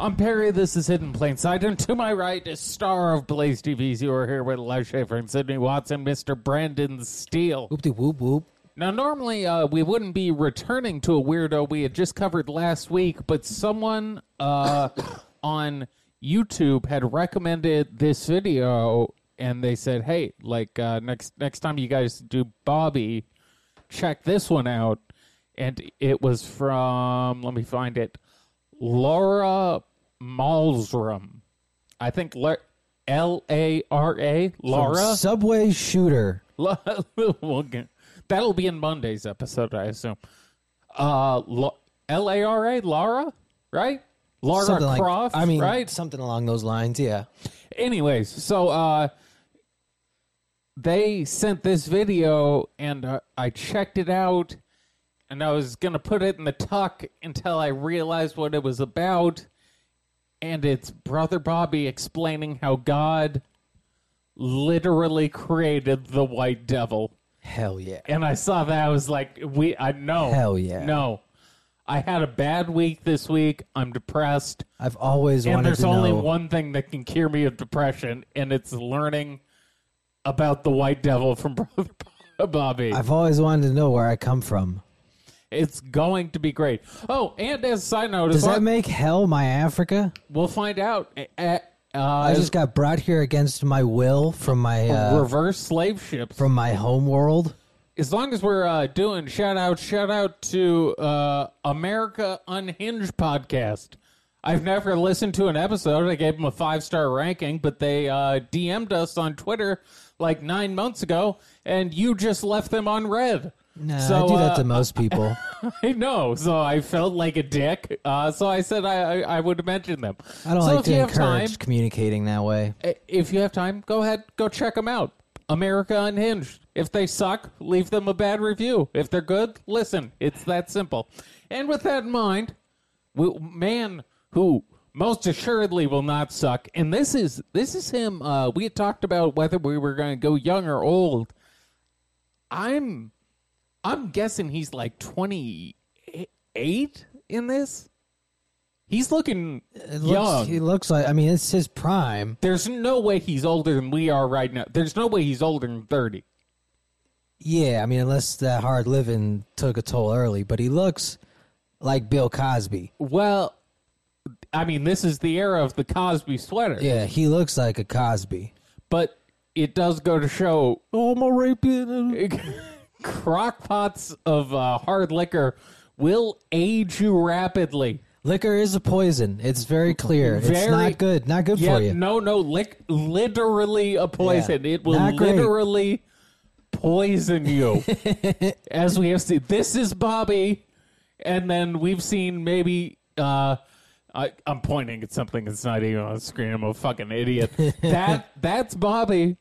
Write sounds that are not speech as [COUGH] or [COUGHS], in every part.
I'm Perry. This is Hidden Plain Sight, and [LAUGHS] to my right is star of Blaze TV's. You are here with Les Schaefer and Sydney Watson, Mr. Brandon Steele. Whoop de whoop whoop. Now, normally uh, we wouldn't be returning to a weirdo we had just covered last week, but someone uh, [COUGHS] on YouTube had recommended this video, and they said, "Hey, like uh, next next time you guys do Bobby, check this one out." And it was from let me find it, Laura Malsram. I think L A R A Laura Subway shooter. [LAUGHS] We'll get- That'll be in Monday's episode, I assume. Uh, L A R A, Laura, right? Laura Something like- Croft. I mean, right? something along those lines. Yeah. Anyways, so uh, they sent this video, and uh, I checked it out, and I was gonna put it in the tuck until I realized what it was about, and it's brother Bobby explaining how God literally created the white devil Hell yeah. and I saw that I was like, we I know. Hell yeah. No. I had a bad week this week. I'm depressed. I've always And wanted there's to only know. one thing that can cure me of depression, and it's learning about the white devil from [LAUGHS] Brother Bobby. I've always wanted to know where I come from. It's going to be great. Oh, and as a side note, Does as that long- make hell my Africa? we'll find out. A- a- Uh, I just got brought here against my will from Oh, my uh, reverse slave ships. from my home world. as long as we're uh, doing shout out shout out to uh, america unhinged podcast i've never listened to an episode i gave them a five star ranking but they uh, dm'd us on twitter like nine months ago and you just left them on red Nah, so, I do that uh, to most people. [LAUGHS] I know. So I felt like a dick. Uh, so I said I, I, I would mention them. I don't so like if you to have time, encourage communicating that way. I- Eh, if you have time, go ahead, go check them out. America Unhinged. If they suck, leave them a bad review. If they're good, listen. It's that simple. And with that in mind, we, man who most assuredly will not suck, and this is this is him. Uh, we had talked about whether we were going to go young or old. I'm I'm guessing he's like 28 in this. He's looking It looks, young. He looks like. I mean, it's his prime. There's no way he's older than we are right now. There's no way he's older than 30. Yeah, I mean, unless that hard living took a toll early, but he looks like Bill Cosby. Well, I mean, this is the era of the Cosby sweater, Yeah, he looks like a Cosby. but it does go to show Oh, I'm a raping. [LAUGHS] crockpots of uh, hard liquor will age you rapidly. Liquor is a poison. It's very clear. Very- it's not good. Not good Yeah, for you. no, no, lick, literally a poison. Yeah, It will not great. literally poison [LAUGHS] you. As we have seen, this is Bobby, and then we've seen maybe. Uh, I, I'm pointing at something that's not even on the screen. I'm a fucking [LAUGHS] idiot. that that's Bobby,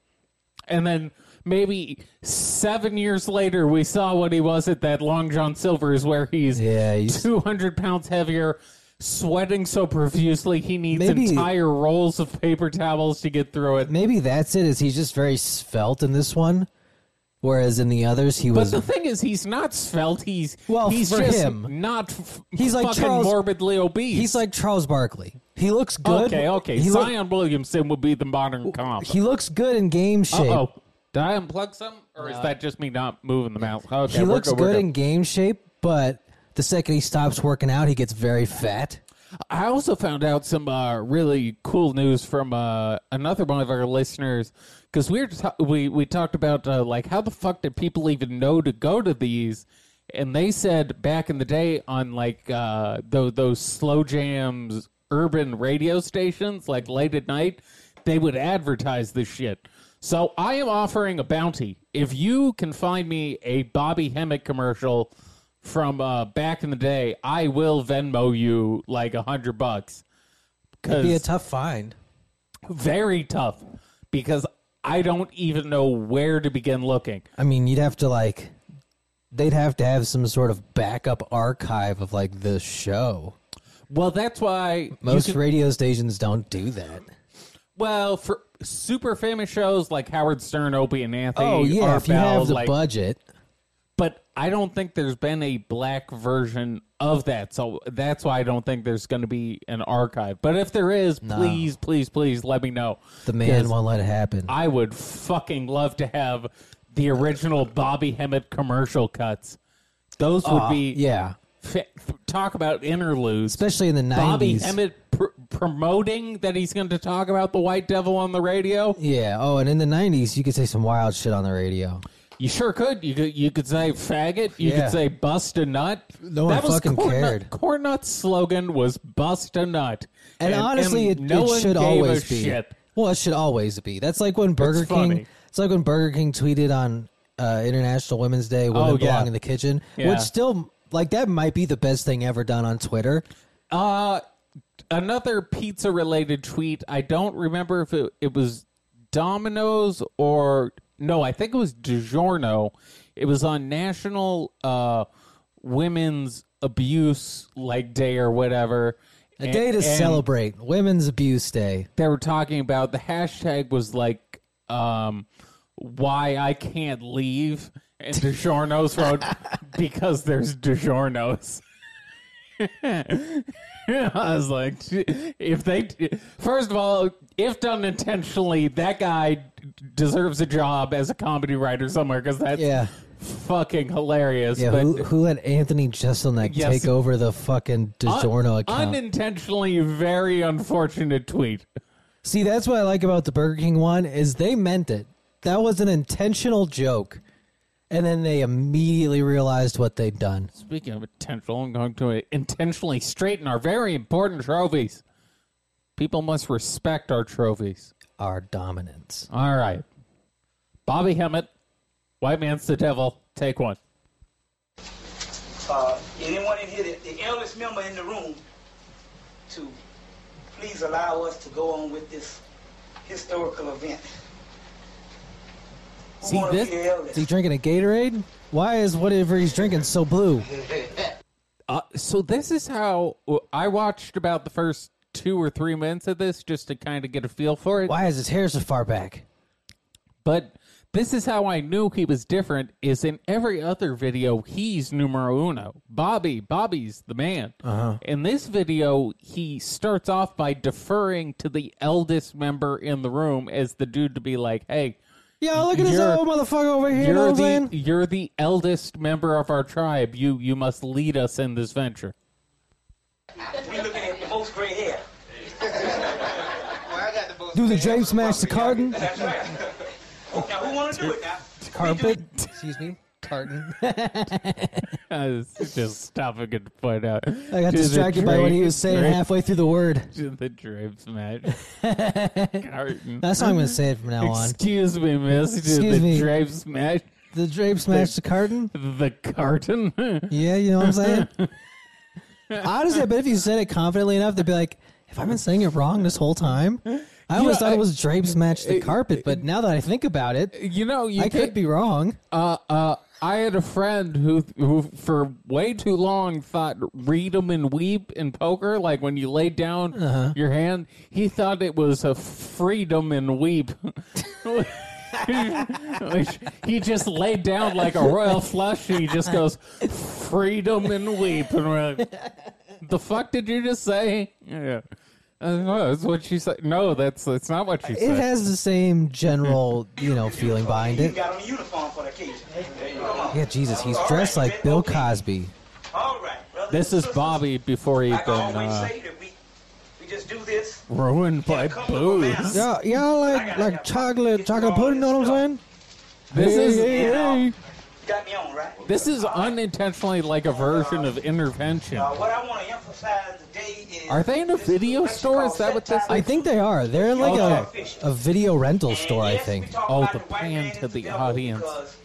and then maybe seven years later, we saw what he was at that Long John Silver's, where he's Yeah, he's- 200 pounds heavier, sweating so profusely he needs Maybe- entire rolls of paper towels to get through it. Maybe that's it. Is he just very svelte in this one, whereas in the others he But was. the thing is, he's not svelte. He's Well, he's for just him. not. F- He's like fucking Charles- morbidly obese. he's like Charles Barkley. He looks good. okay, okay. He, look- Zion Williamson would be the modern comp. he looks good in game shape. oh, did I unplug some, or is that just me not moving the mouse? Okay, he we're looks good, we're good good. in game shape, but the second he stops working out, he gets very fat. I also found out some uh, really cool news from uh, another one of our listeners because we were ta- we we talked about uh, like how the fuck did people even know to go to these, and they said back in the day on like uh, those those slow jams urban radio stations like late at night they would advertise this shit. So I am offering a bounty if you can find me a Bobby Hemmick commercial from uh, back in the day, I will Venmo you like a hundred bucks. It'd be a Because tough find. very tough. Because I don't even know where to begin looking. I mean, you'd have to like, they'd have to have some sort of backup archive of like the show. Well, that's why you Most can, radio stations don't do that. well for super famous shows like Howard Stern, Opie and Anthony. Oh yeah, Art if you Bell, have the like, budget, but I don't think there's been a black version of that. So that's why I don't think there's going to be an archive. But if there is, please, please, please let me know. The man Yes. won't let it happen. I would fucking love to have the original Bobby Hemmett commercial cuts. Those would be yeah, fa- talk about interludes. especially in the Bobby nineties. Hemmett pr- promoting that he's going to talk about the White Devil on the radio. yeah. Oh, and in the nineties, you could say some wild shit on the radio. You sure could. You could you could say faggot. You Yeah. could say bust a nut. No one fucking Corn Nut- cared. Corn Nut's slogan was bust a nut. And, honestly, and it, no it one should gave a always be. shit. Well, it should always be. That's like when Burger It's King. funny. It's like when Burger King tweeted on uh, International Women's Day, "Women Oh, yeah. belong in the kitchen," Yeah. which still like that might be the best thing ever done on Twitter. Uh, another pizza related tweet. I don't remember if it, it was Domino's or no, I think it was DiGiorno. It was on National uh, Women's Abuse like Day or whatever. A day to celebrate Women's Abuse Day. they were talking about the hashtag was like um why I can't leave and DiGiorno's [LAUGHS] wrote because there's DiGiorno's. [LAUGHS] I was like, if they, first of all, if done intentionally, that guy deserves a job as a comedy writer somewhere because that's Yeah. fucking hilarious. Yeah, but who, who let Anthony Jeselnik Yes. take over the fucking DiGiorno un- account? unintentionally, very unfortunate tweet. See, that's what I like about the Burger King one is they meant it. That was an intentional joke, and then they immediately realized what they'd done. Speaking of intentional, I'm going to intentionally straighten our very important trophies. People must respect our trophies. Our dominance. All right. Bobby Hemmett, White Man's the Devil, take one. uh, anyone in here, that- the eldest member in the room, to please allow us to go on with this historical event. Who See, wanna be this- the eldest? Is he drinking a Gatorade? Why is whatever he's drinking so blue? Uh, so, this is how I watched about the first two or three minutes of this just to kind of get a feel for it. Why is his hair so far back? But this is how I knew he was different is in every other video he's numero uno. Bobby, Bobby's the man. Uh-huh. In this video, he starts off by deferring to the eldest member in the room as the dude to be like, "Hey, Yeah, look at this You're- old motherfucker over here. You know you're what I'm the saying? you're the eldest member of our tribe. You you must lead us in this venture." [LAUGHS] [LAUGHS] we looking at the most gray hair. Do the James smash the carton? That's right. [LAUGHS] now, who want to do it now? Carpet? Excuse me? Carton. I was Uh, [LAUGHS] just stopping to point out. I got distracted by what he was saying [LAUGHS] halfway through the word. The drapes [LAUGHS] match. Carton. That's how I'm going to say it from now on. Excuse me, miss. Did Excuse the me. drapes match The drape smashed the carton? the [LAUGHS] carton? Yeah, you know what I'm [LAUGHS] saying? Honestly, I bet if you said it confidently enough, they'd be like, have I been saying it wrong this whole time? I always Yeah, thought I- it was drapes match the carpet, but now that I think about it, you know, you I think- could be wrong. Uh, uh, I had a friend who, who for way too long thought read 'em and weep in poker, like when you laid down Uh-huh. your hand, he thought it was a freedom and weep. [LAUGHS] Which he just laid down like a royal flush and he just Uh-huh. goes, freedom and weep. And we're like, the fuck did you just say? Yeah. I don't know, that's what she said. No, that's that's not what she It said. has the same general, you know, feeling behind You it. got on a uniform for the occasion. Come on. Yeah, Jesus, he's All right, dressed like man, Bill okay. Cosby. All right. brothers This and is sisters, Bobby before he'd Like I been always uh, say that we, we just do this. ruined by Come on, booze. man. Yeah, yeah, like like chocolate, chocolate pudding. Know what I'm saying? This Hey, is hey, hey. You got me on, right? this is unintentionally like a version of intervention. Uh, what I want to emphasize today is. Are they in a this is video what you store? call Is that what set-top this I think they are. They're like a a video rental And store. I yes, we think. talk Oh, about the white pan man to is the devil audience. because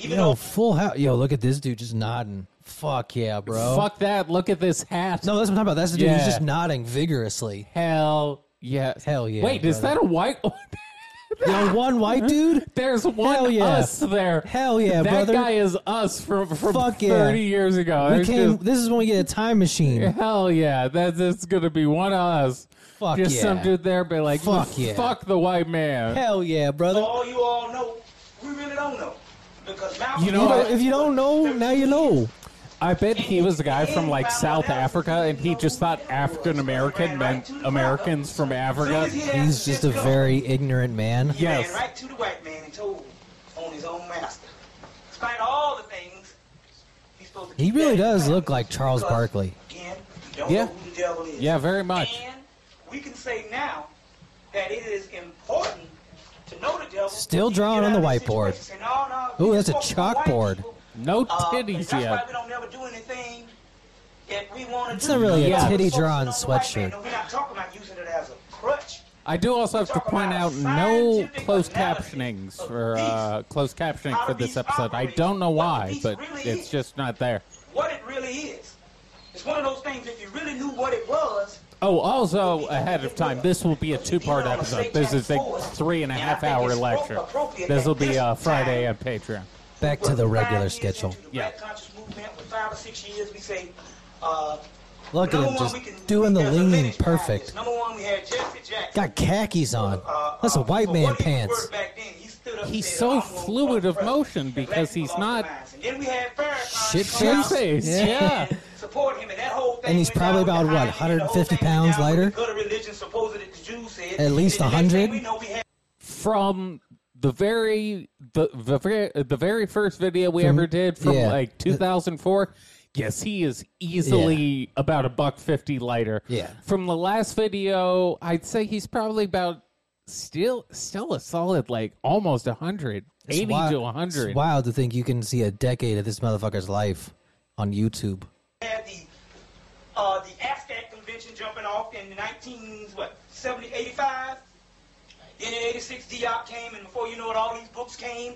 Even Yo, though full house. Yo, look at this dude just nodding. Fuck yeah, bro. Fuck that! Look at this hat. No, that's what I'm talking about. That's the dude who's Yeah. just nodding vigorously. Hell yes. Hell yeah, Wait, is brother. that a white? [LAUGHS] Yo, one white dude. There's one Hell yeah. us there. Hell yeah, that brother. guy is us from from Fuck yeah. thirty years ago. We Oh, It's came. just- This is when we get a time machine. hell yeah, that's it's gonna be one us. Fuck just yeah. some dude there, be like, Fuck yeah. fuck the white man. Oh, Hell yeah, brother. all you all know, we really don't know. Because Malcolm You know X what? If you don't know, now you know. I bet he was a guy from like South Africa, and he just thought African American meant Americans from Africa. He's just a very ignorant man. He ran Yes. right to the white man and told him on his own master. Despite all the things he's supposed to He keep really back does from look happening like Charles because, Barkley. Again, you don't Yeah. know who the devil is. Yeah, very much. And we can say now that it is important to know the devil. Still to drawing get on out the of these whiteboard. situations. And all in all, Ooh, we that's a focus on white chalkboard. people, No uh, and titties That's why yet. we don't never do anything that we want to It's do. not really a Because we're titty focusing drawn on the white man, sweatshirt. and We're not talking about using it as a crutch. I do also have to point out no closed captionings for uh, closed captioning for this episode. I don't know why, but it's just not there. what it really is. It's one of those things. If you really knew what it was, Oh, also ahead of time, this will be a two-part episode. This is a three and a half hour lecture. This will be uh, Friday on Patreon. Back to we're the five regular years schedule. into the Yeah. Black Conscious Movement, with five or six years, we say. Uh, Look at number him one, we just can- doing the there's a leaning lineage practice. perfect. Number one, we had Jesse Jackson. Got khakis on. Uh, That's a uh, white for man what he was pants. worth back then, he stood up and He's said, so "I'm gonna fluid fuck of President," motion and black because people he's lost not- their minds. And then we had Farrakhan Shit come out face. and Yeah. Support him, and that whole thing And he's went down probably with the about, what, irony, the whole 150 thing went pounds down with lighter? the gutter religion supposedly the Jews said. At least And the next thing 100? we know, we had from the very the the very, the very first video we ever did from Mm-hmm. yeah. like 2004 yes he is easily about a buck 50 lighter Yeah. from the last video i'd say he's probably about still still a solid like almost 100 80 to It's wi- 100 It's wild to think you can see a decade of this motherfucker's life on YouTube. had the uh, the AFCAT convention jumping off in 19 what 70 85. Then in 86, Diop came, and before you know it, all these books came.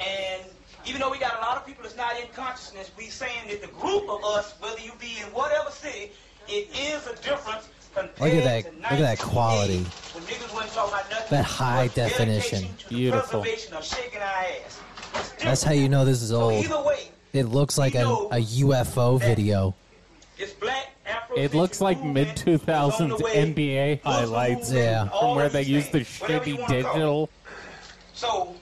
And even though we got a lot of people that's not in consciousness, we saying that the group of us, whether you be in whatever city, it is a difference. Look at that- look at that quality. That high definition. Beautiful. That's how you know this is So old. either way, It looks like a, a UFO video. It's black Afro. It looks like mid 2000s NBA highlights Yeah. from where they use the shitty digital. So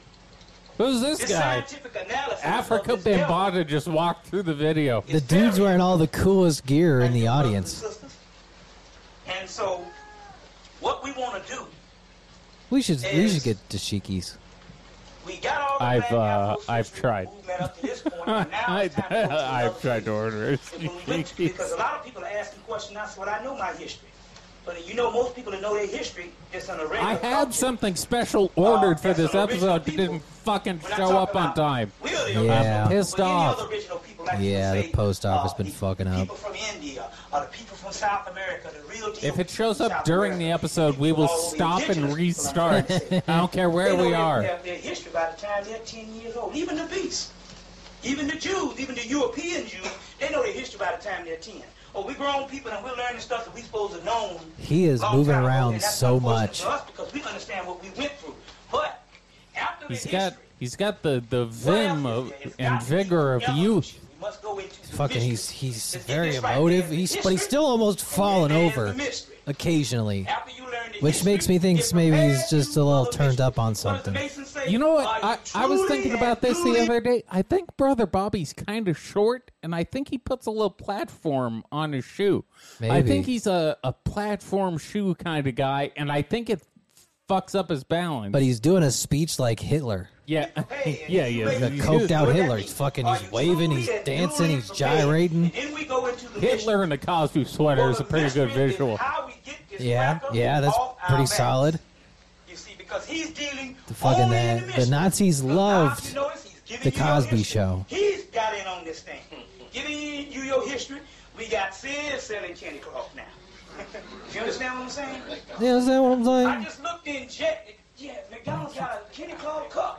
Who's this this guy? scientific analysis. Africa of this devil Bambata just walked through the video. [LAUGHS] The is dude's very wearing all the coolest gear in the thankful, brothers audience. and sisters. And so, what we want to do, We should we should get dashikis. we got all the I've, black uh, Afro I've social tried. movement up to this point, and [LAUGHS] now it's time to go to another I've tried to phase. order it. It's been rich because a lot of people are asking questions. That's what I know my history. But you know, most people that know their history, it's on a regular. I had function. something special ordered Uh, for this that's an original episode that didn't people. fucking When I show talk up on about time. we're the Yeah. original people, Pissed but any off. other original people like Yeah, to the say, post office uh, been the fucking up. People from India, or the people from South America, the real deal If it shows from up South during the America, episode, we people will all the stop and indigenous people on restart. [LAUGHS] the planet. I don't care where They know we their- are. Their, their history by the time they're 10 years old. Even the beasts, even the Jews, even the European Jews, they know their history by the time they're 10. Oh, we grown people and we're learning stuff that we supposed to know. He is moving around so much. Because we understand what we went through. But after He's the got history, he's got the the what vim else of, is there? It's and gotta be vigor of evolution. youth. We must go into the Fucking, mystery. he's he's It's- very it's right emotive. there. He's It's but he's still almost falling There's the over mystery. occasionally. After you learn the Which history, makes me think it maybe he's prepares you just a for little the turned mystery. up on What does something. Mason say? You know what? Are you I, I was truly thinking and about this the [LAUGHS] truly other day. I think Brother Bobby's kind of short, and I think he puts a little platform on his shoe. I Maybe. think he's a, a platform shoe kind of guy, and I think it fucks up his balance. But he's doing a speech like Hitler. yeah, [LAUGHS] Hey, and yeah, you yeah. make The a He's- coked out What that Hitler. means? He's fucking, Are he's you waving, truly he's and dancing, truly he's prepared? gyrating. And then we go into [LAUGHS] the Hitler in the Cosby sweater is a pretty good visual. Yeah, yeah, that's pretty solid. You see, because he's dealing The fucking, only in uh, the mystery. Nazis Because loved now, you notice he's giving the you your Cosby history. Show. He's got in on this thing, giving you your history. We got Sid selling candy cloth now. [LAUGHS] you understand what I'm saying? You understand what I'm I saying? just looked in jet. Yeah, McDonald's got a candy cloth cup.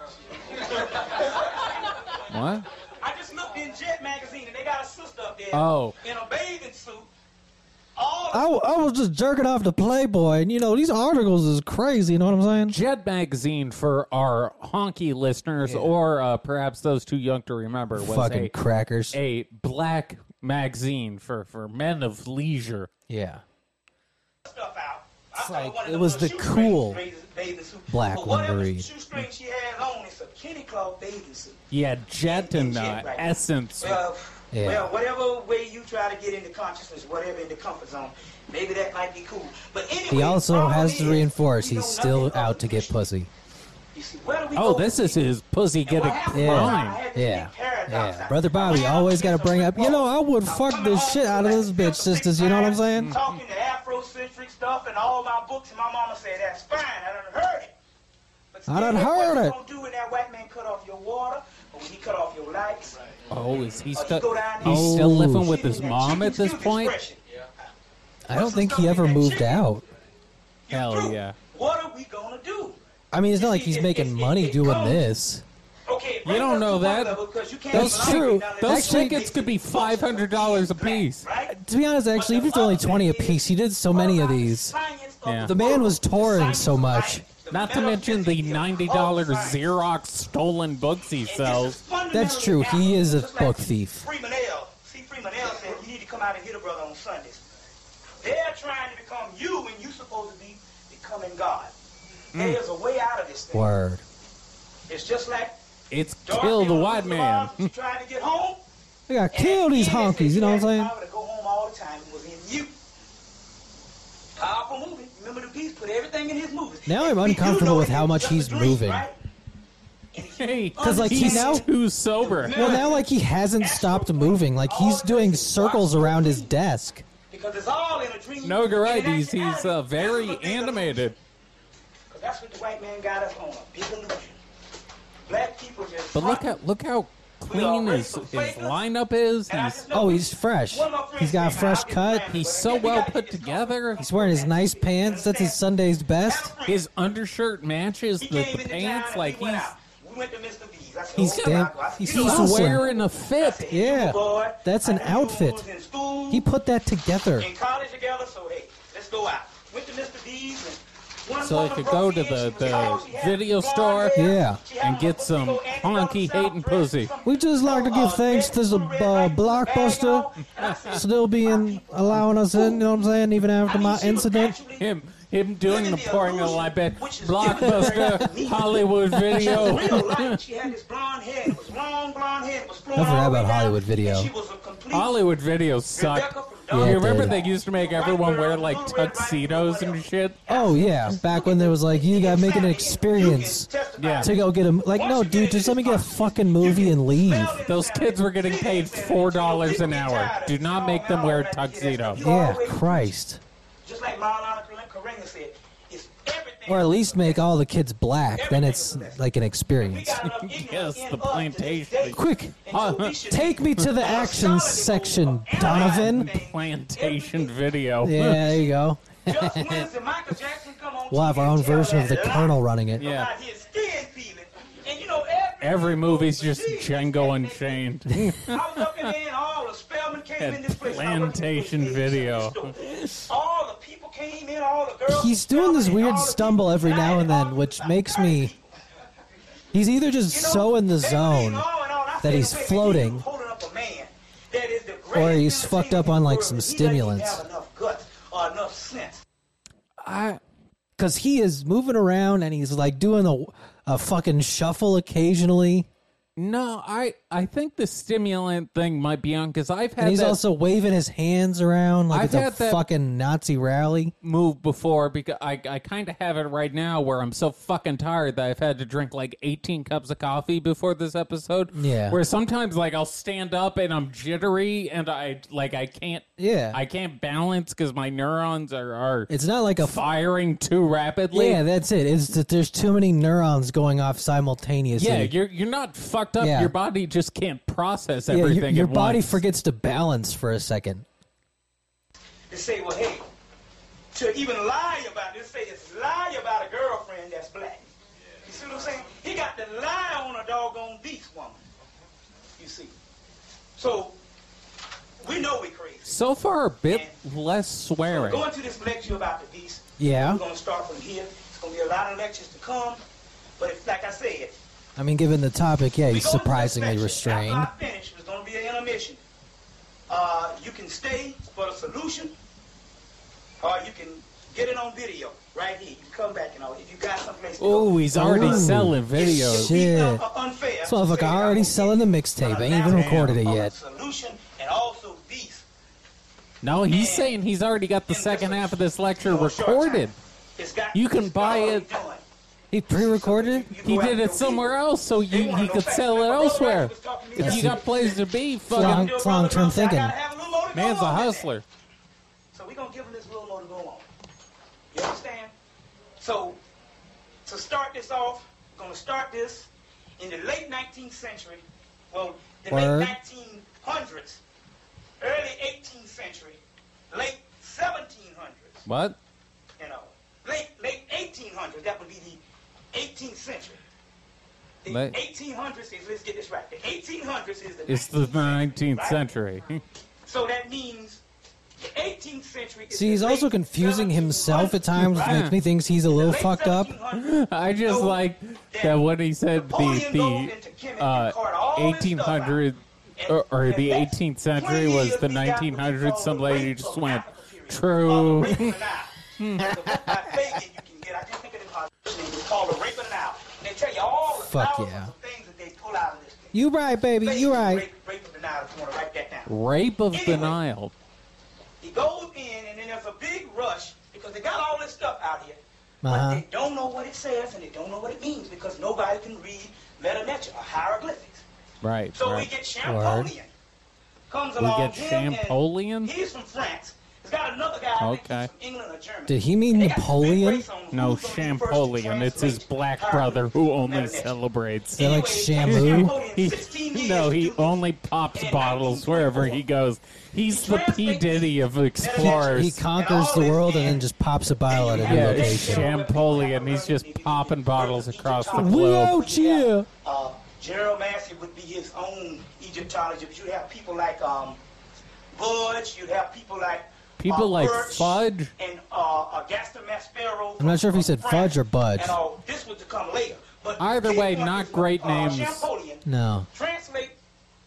What? I just looked in Jet magazine and they got a sister up there Oh. in a bathing suit. All I, w- I was just jerking off to Playboy, and you know these articles is crazy. You know what I'm saying? Jed magazine for our honky listeners, or uh, perhaps those too young to remember, was Fucking a, crackers. a black magazine for, for men of leisure. yeah. stuff out. I Oh. It's thought like, one of it them was little the shoestring cool bathing suit. black But one to whatever read. shoestring she had on, it's a Kenny Clark bathing suit. Yeah, Jatina, Right. uh, essence. Well, Yeah. well, whatever way you try to get into consciousness, whatever in the comfort zone, maybe that might be cool. But anyway, He also problem has to is, reinforce we he's know still nothing out about to get pussy. You see, where do we oh, go this from is his pussy here? getting What happened was I primed. had this Yeah. big paradox. Yeah. Brother Bobby always got to bring up, you know, I would fuck the shit out of this bitch, sisters. You know what I'm saying? Talking to Afrocentric stuff and all my books, and my mama said, that's fine. I done heard it. But I done still, heard what you it. gonna do when that white man cut off your water, or when he cut off your lights, Oh, is he Oh, you still go down there. he's still Oh. living with Shit, his that mom at chicken's this still point? discretion. I don't think he ever moved out. You're Hell through. yeah. What are we gonna do? I mean, it's not like he's making money doing this. Okay, You don't know that. That's true. Those Actually- tickets could be five hundred dollars a piece. Right? To be honest, actually, even if they're only 20 apiece, he did so many of these. Yeah. The man was touring so much. Not to mention the ninety Oh, dollar Xerox stolen books he sells. That's true. He is a book thief. Freeman L. See, Freeman L. said you need to come out and hit a brother on Sundays. They're trying to become you, and you supposed to be becoming God. There's a way out of this thing. Mm. Word. It's just like It's Dorothy kill the on white Wizard of man. Oz, she's trying to get home. I gotta [LAUGHS] kill And these it is honkies. You know what I'm exactly saying? power to go home all the time was in you. Powerful movie. Remember the piece put everything in his movies. Now I'm We do uncomfortable know with it how was much just a he's dream, moving. right? And if you [LAUGHS] [LAUGHS] Hey, 'Cause, like, he he's now- understand too sober. Well, now like he hasn't stopped moving. Like he's doing circles around his desk. Because it's all in a dream. No, you're right. And in He's he's actuality, uh, that's very what they gonna- animated. 'Cause That's what the white man got us on. a Big illusion. Black people just. But look at look how clean his his lineup is. He's Oh, he's fresh. He's got a fresh cut. he's so well put together. He's wearing his nice pants. That's his Sunday's best. His undershirt matches He the, came the into pants. town Like and we went he's out. We went to Mr. B's. I said, He's "Oh, damn- God, I said, he's you know, he's I hustling. wearing a I fit. said, you Yeah. boy, That's I an knew outfit. you was in school, He put that together. in college together, so hey, let's go out. Went to Mr. B's and one So I woman could broke go me to in, she the- was the tall, she had video blonde store hair, Yeah. she had and on get a some little Andy honky Dollar hating South dress, pussy. some- We just like to give uh, thanks to the red, blue, red, uh, white, blockbuster bag, y'all. [LAUGHS] still being allowing us in. You know what I'm saying? Even after I mean, my she was incident. actually Him him doing the Living the pouring of illusion, libet which is blockbuster [LAUGHS] different. Hollywood video. [LAUGHS] real life, she had this blonde hair. It was long blonde hair. It was flowing I forgot all the way about down, Hollywood Video. and She was a complete Hollywood videos suck. Rebecca from Yeah, you it Dawson. remember did. they used to make everyone wear like tuxedos and shit? Oh yeah, back when there was like you gotta make it an experience Yeah. to go get a like. No, dude, just let me get a fucking movie and leave. Those kids were getting paid four dollars an hour. Do not make them wear a tuxedo. Yeah, Christ. Just like Maulana Karenga said, it's everything. Or at least make [LAUGHS] all the kids black. Then it's like an experience. Yes, the plantation. Quick, Huh. [LAUGHS] [LAUGHS] take me to the action section, Donovan. Plantation video. Yeah, there you go. We'll have our own version of the Colonel running it. Yeah. About his skin feeling. And you know, every, [LAUGHS] Every movie's just Jesus, Django that- Unchained. I was up in there and all the Spellman came in this place. Plantation I was in this video. store. All the people came in, all the girls. He's doing this and all weird the people stumble every now and died. then, which All makes the me. He's either just You know, so in the they zone. believe all in all, I that said, he's "Wait, you floating, holding up a man that is the or he's greatest fucked entertainer up on, in the like, world, some and he doesn't even stimulants. have enough guts or enough sense. [LAUGHS] I because he is moving around and he's like doing a, a fucking shuffle occasionally, no, I I think the stimulant thing might be on because I've and had he's that also waving his hands around like I've it's a had that- fucking Nazi rally. move before because I I kind of have it right now where I'm so fucking tired that I've had to drink like 18 cups of coffee before this episode. Yeah. Where sometimes like I'll stand up and I'm jittery and I like I can't Yeah. I can't balance because my neurons are are It's not like a f- firing too rapidly. yeah. That's it. It's that there's too many neurons going off simultaneously. Yeah, you're you're not fucked up. Yeah. Your body just can't process Yeah, your- everything. your at body once. forgets to balance for a second. to say, well, hey, to even lie about this, say it's lie about a girlfriend that's black. You see what I'm saying? He got to lie on a doggone beast woman. You see? So we know we crazy. So far, a bit less swearing. Going to this lecture about the beast. Yeah. We're gonna start from here. It's gonna be a lot of lectures to come. But it's like I said, I mean, given the topic, yeah, we he's go to this surprisingly lecture. restrained. After I finish, there's gonna be an intermission. Uh, you can stay for the solution, or you can Get it on video right here. You come back and all. If you got someplace. to go. Oh, he's already Ooh. selling It's videos. Shit. un- uh, unfair This motherfucker to say that I already won't selling the give you mixtape. an Ain't even announcement recorded it of yet. the Solution and also these. No, he's saying he's already got the second half of this lecture recorded. It's got- You can it's buy already it. done. He pre-recorded it. You He go out did and it go somewhere get else so They you, wanna he know could facts. sell it Like my brother elsewhere. was talking to me If you yesterday. got plays to be, Long- fucking Your brother long-term knows I gotta thinking. have a little more to go man's a on than that. hustler. So we're gonna give him this little more to go on. You understand? So to start this off, we're gonna start this in the late 19th century. Well, the Word. late 1900s, early 18th century, late 1700s, What? you know, late late 1800s. That would be the 18th century. The Late- 1800s is let's get this right. The 1800s is the It's the 19th right? century. [LAUGHS] So that means the 18th century. Is See, he's the also late confusing himself at 1700s, times, which right? makes me think he's a little Late fucked up. 1700s. [LAUGHS] I just So like that when he said Napoleon goes the into Kemet the uh, and cart all this stuff out. 1800 And- or, or and the that's 18th century 20 was years the we got what we call 1900s. Some the lady rape just of went Africa period, or true. the rape of the Nile. There's a book by Fagin you can get. I can't think of the author's name. It's called The Rape of the Nile. And they tell you all the Fuck thousands yeah. of things that they pull out of this. thing. You right, baby. You Fagin, right. Rape, rape of the Nile. If you want to write that down. Rape of the Anyway. Nile. He goes in, and then there's a big rush because they got all this stuff out here. Uh-huh. But they don't know what it says and they don't know what it means because nobody can read metametric or hieroglyphics. Right. So we right. get Champollion. Comes We along. get him and- Champollion? He's from France. He's got another guy. I think he's Okay. from England or Germany. Did he mean They got this big Napoleon? race on who's No, gonna be the first to Champollion. It's his translate black hieroglyphics brother who only into metametric. celebrates. They're like Shamu. He, Champollion, 16 years no, to do he this. only pops And bottles wherever he 1924. goes. He's the P. Diddy of He explorers. conquers the world and then just pops a bottle at a new Yeah, location. Champollion. He's just popping bottles across the We We globe. out here. Uh, Gerald Massey would be his own Egyptologist. but You'd have people like um, Budge. You'd have people like People uh, like Birch Fudge? and uh, uh, Gaston Maspero. I'm not sure if he said from Fudge France. or Budge. And, uh, this would come later. But Either they way, want not this, great uh, names. Champollion. No. Translate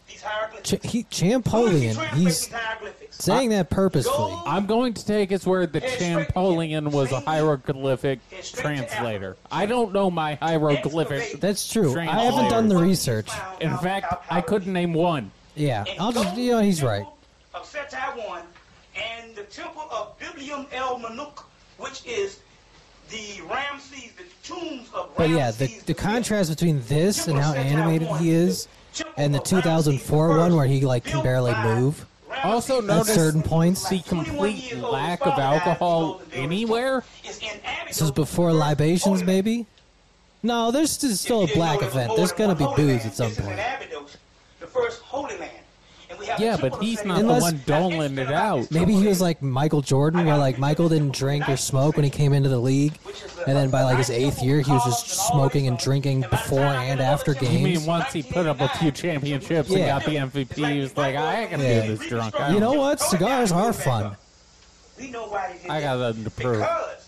these hieroglyphics. Ch- he Who is he Champollion. translating He's these hieroglyphics? saying that purposefully. I'm going to take his word that Yeah, straight- Champollion was a straight- hieroglyphic Yeah, straight to translator. Africa. I don't know my hieroglyphic. Excavate. That's true. Strange I haven't layer. done the research. In fact, I couldn't name one. Yeah, And I'll go just. to You know, the he's right. temple Of Setai one, and the temple of Biblium El Manuk, which is the Ramses, the tombs of Ramses. But yeah, the the contrast between this and how animated he is, and the 2004 one where he like can barely move. Also At notice certain points, the complete lack of alcohol anywhere. this is before libations, maybe. No, there's s- still a black event. There's gonna be booze at some point. Yeah, but he's not the Unless- one doling it out. Maybe he was like Michael Jordan, where like Michael didn't drink or smoke when he came into the league, and then by like his eighth year, he was just smoking and drinking before and after You games. mean once he put up a few championships Yeah. and got the MVP, he was like, I ain't gonna Yeah. do this drunk. I You know don't- what? Cigars are fun. I got nothing to prove. Because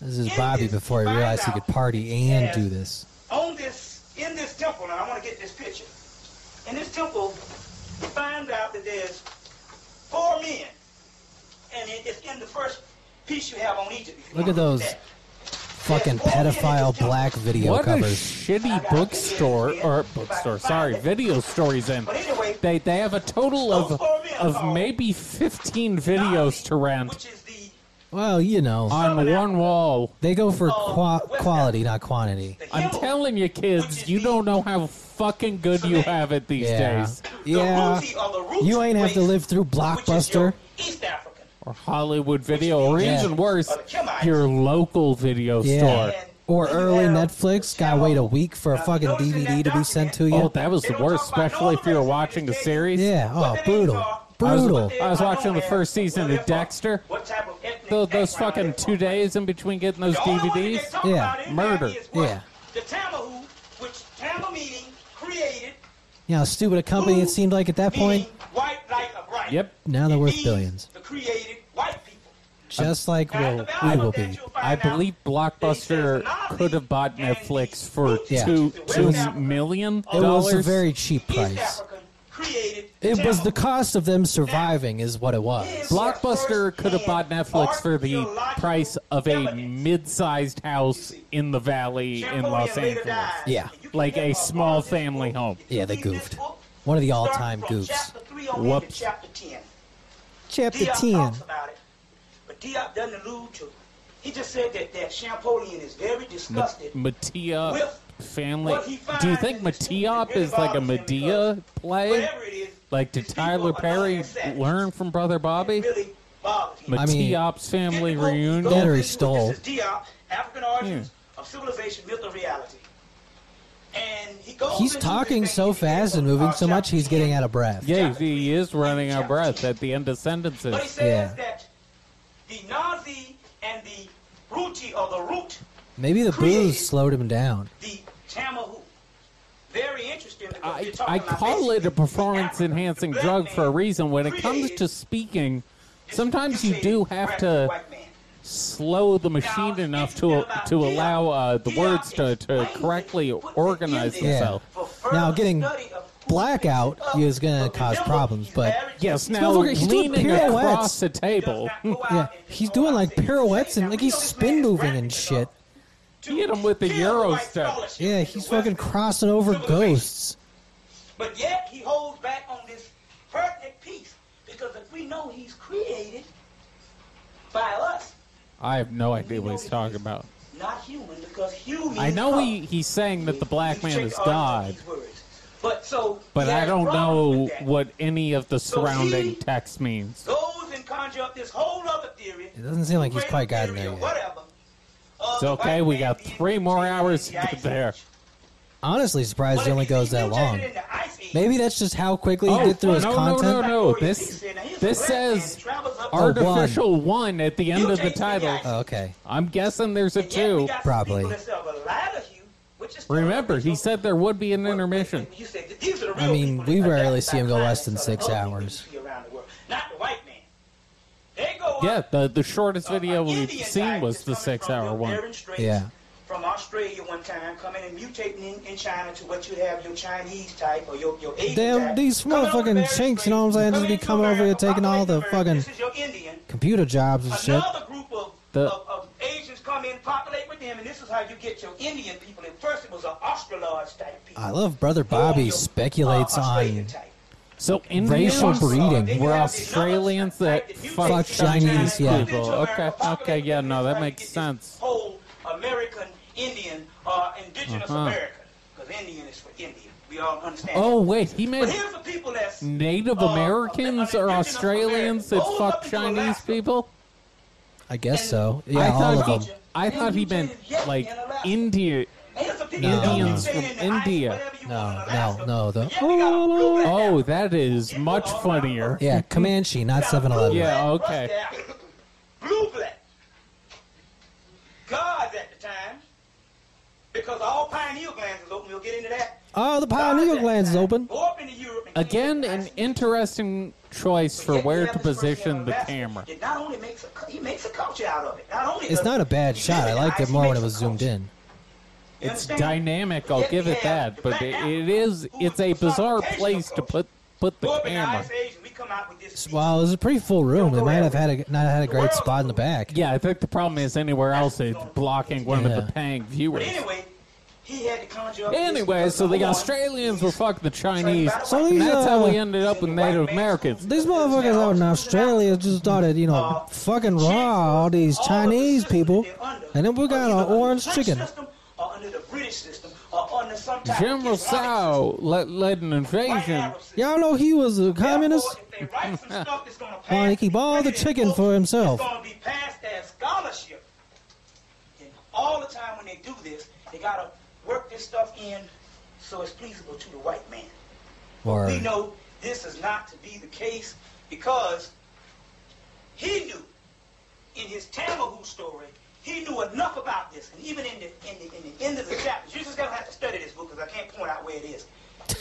This is Bobby before he realized he could party and do this. on this in this temple, and I want to get this picture. In this temple, you find out that there's four men, and it, it's in the first piece you have on Egypt. if you Look wanna at those that. fucking pedophile black video What a covers. shitty bookstore or bookstore, sorry, video stories in. But anyway, They they have a total of of maybe fifteen videos to rent which is the Well, you know, on one wall. they go for Oh, qua- quality, not quantity. the I'm hill, telling you, kids, you don't know how fucking good you have it these Yeah, days. the yeah. Ruti or the Ruti You ain't have to race, live through which is your Blockbuster. East African. Or Hollywood video, or Yeah. even worse, Or the Kemites. your local video Yeah. store. Or You early have Netflix. Gotta wait a week for a fucking DVD to be sent to Oh, you. that was the worst, especially if you're watching a series. Yeah. Oh, But the names brutal. are- Brutal. I was watching the first season of Dexter. What type of ethnic Those, those background fucking they're two from. days in between getting those The only one that they DVDs. talk Yeah. about in there Murder. is what Yeah. The Tamahu, which Tama meaning created, You know, how stupid a company it seemed like at that meaning point. white like a bright. Yep. Now they're It worth means billions. The created white people. Just like Now, we'll, the we value will of that be. you'll find I out believe Blockbuster could have bought Netflix for Yeah. two It two was- million It was dollars. a very cheap East price. African created It was Tell the cost of them surviving, is what it was. Blockbuster could have bought Netflix for the price of a mid-sized house in the valley in Los Angeles. Yeah. Like a small family home. Yeah, they goofed. One of the all-time goofs. Whoops. Whoops. Chapter 10. Chapter Diop 10. talks about it, but Diop doesn't allude to it. He just said that that Champollion is very Ma- disgusted. Mattia With family. what he Do you finds think in the scene Mattia that really is like a bothers him Medea because play? Whatever it is, Like, did these Tyler people are not Perry as savage. learn from Brother Bobby? It really bothers him. I mean, Matiop's family Get the book, go reunion. Better read it. stole. This is Diop, African Origins of Civilization, Myth of Reality. And he goes He's into talking the so thing that he fast does and about moving so Chapter much, he's 10. getting out of breath. Yeah, he is running out of breath at the end of But he sentences. says Yeah. that the Nazi and the Ruti or the Root, Maybe the booze slowed him down. the Tamahu. Very interesting. because I, you're talking I about call it a basically performance the African, enhancing the black drug for a man reason. When it comes created to speaking, this sometimes you do differentiated have black and to white man. slow the machine enough to to allow uh, the words to, to correctly organize Yeah. themselves. Now, getting blackout is gonna cause problems, but- Yes, now Smells like he's doing leaning pirouettes. across the table. [LAUGHS] Yeah, he's doing like pirouettes and like he's spin moving and shit. Hit him with the Euro step. Yeah, he's fucking crossing over ghosts. But yet he holds back on this perfect piece because if we know he's created by us, [LAUGHS] I have no idea what he's talking about. not human, because human. I know color. he, he's saying that the black You man check is all of God, these words. But so. but he I has don't problems know with that. what any of the So surrounding he- text means. Goes and conjure up this whole other theory. It doesn't seem like he's quite gotten there yet. It's okay, we got three more hours to get [LAUGHS] there. Honestly, surprised it only goes that long. Maybe that's just how quickly he Oh, did through his no, no, no, content. no. this- this says Oh, one. Artificial one. at the end You of the take the title. ice. Oh, okay. I'm guessing there's a two. Probably. Remember, he said there would be an intermission. I mean, we rarely see him go less than six hours. Yeah, the the shortest video video we've seen was the six hour one. Yeah. From Australia one time, coming and mutating in, in China to what you have your Chinese type or your your Asian Damn, type. these Coming over motherfucking Bering chinks, Strait, you know what I'm saying, just be into coming over here America, taking all the populate America. fucking- This is your Indian. Computer jobs and shit. Another group of, The- of, of Asians come in, populate with them, and this is how you get your Indian people. At first, it was an Australords type people. I love Brother Bobby Or your, speculates uh, on Australian type. So Racial Indians breeding. They were have Australians another that type you fucked take from China Chinese, and yeah. come into people. America, Okay, populate okay, with yeah, them, no, and that try to makes get this sense. Whole American Indian, uh, indigenous Uh-huh. American, because Indian is for Indian. We all understand. that. Oh wait, he but meant here's the people that's Native uh, Americans or indigenous Australians American. that Goes up fuck into Chinese Alaska. people. I guess so. Yeah, I all thought of he, them. I thought he meant like India. Here's the people No, that don't no. be staying in the Indians ice, from India. whatever you want in No, no, Alaska. no. The, Yet we got a blue man Oh, that is much funnier. yeah, Comanche, not 7-Eleven. Yeah. Black, okay. Rust out. Blue black. Gods at the time. Because all pineal glands is open. We'll get into that. Oh, the Gods at pineal the glands is time. open. Go up into Europe and Again, get an into the ice. interesting choice for Yet we where have to this person position in the Alaska camera. that not only makes a, cu- he makes a culture out of it. Not only It's does not a he bad live shot. in I the liked ice, it he more when makes it a was zoomed culture. in. You It's understand? dynamic, I'll Yet give we it have that, but black it, it Africa, is who it's was a the bizarre suffocation place to culture. put put Go the up in camera. Ice Age and we come out with this beast. Wow, it was a pretty full room. They might have had a, not had a great spot in the back. Yeah, I think the problem is anywhere else it's blocking one of Yeah. the paying But viewers. anyway, he had to conjure up. this Anyway, because so the number one, Australians he's were fucking the Chinese. So And these, that's how we uh, ended up with Native Americans. These motherfuckers out in Australia just started, you Uh, know, fucking raw all these Chinese people, and then we got an orange chicken. General Tsao led, led an invasion. Y'all know he was a communist. [LAUGHS] Why he keep all the chicken for himself? It's going to be passed as scholarship. And all the time when they do this, they got to work this stuff in so it's pleasable to the white man. Or We know this is not to be the case because he knew in his Tamahu story, he knew enough about this. And even in the, in the, in the end of the chapters, you're just going to have to study this book because I can't point out where it is.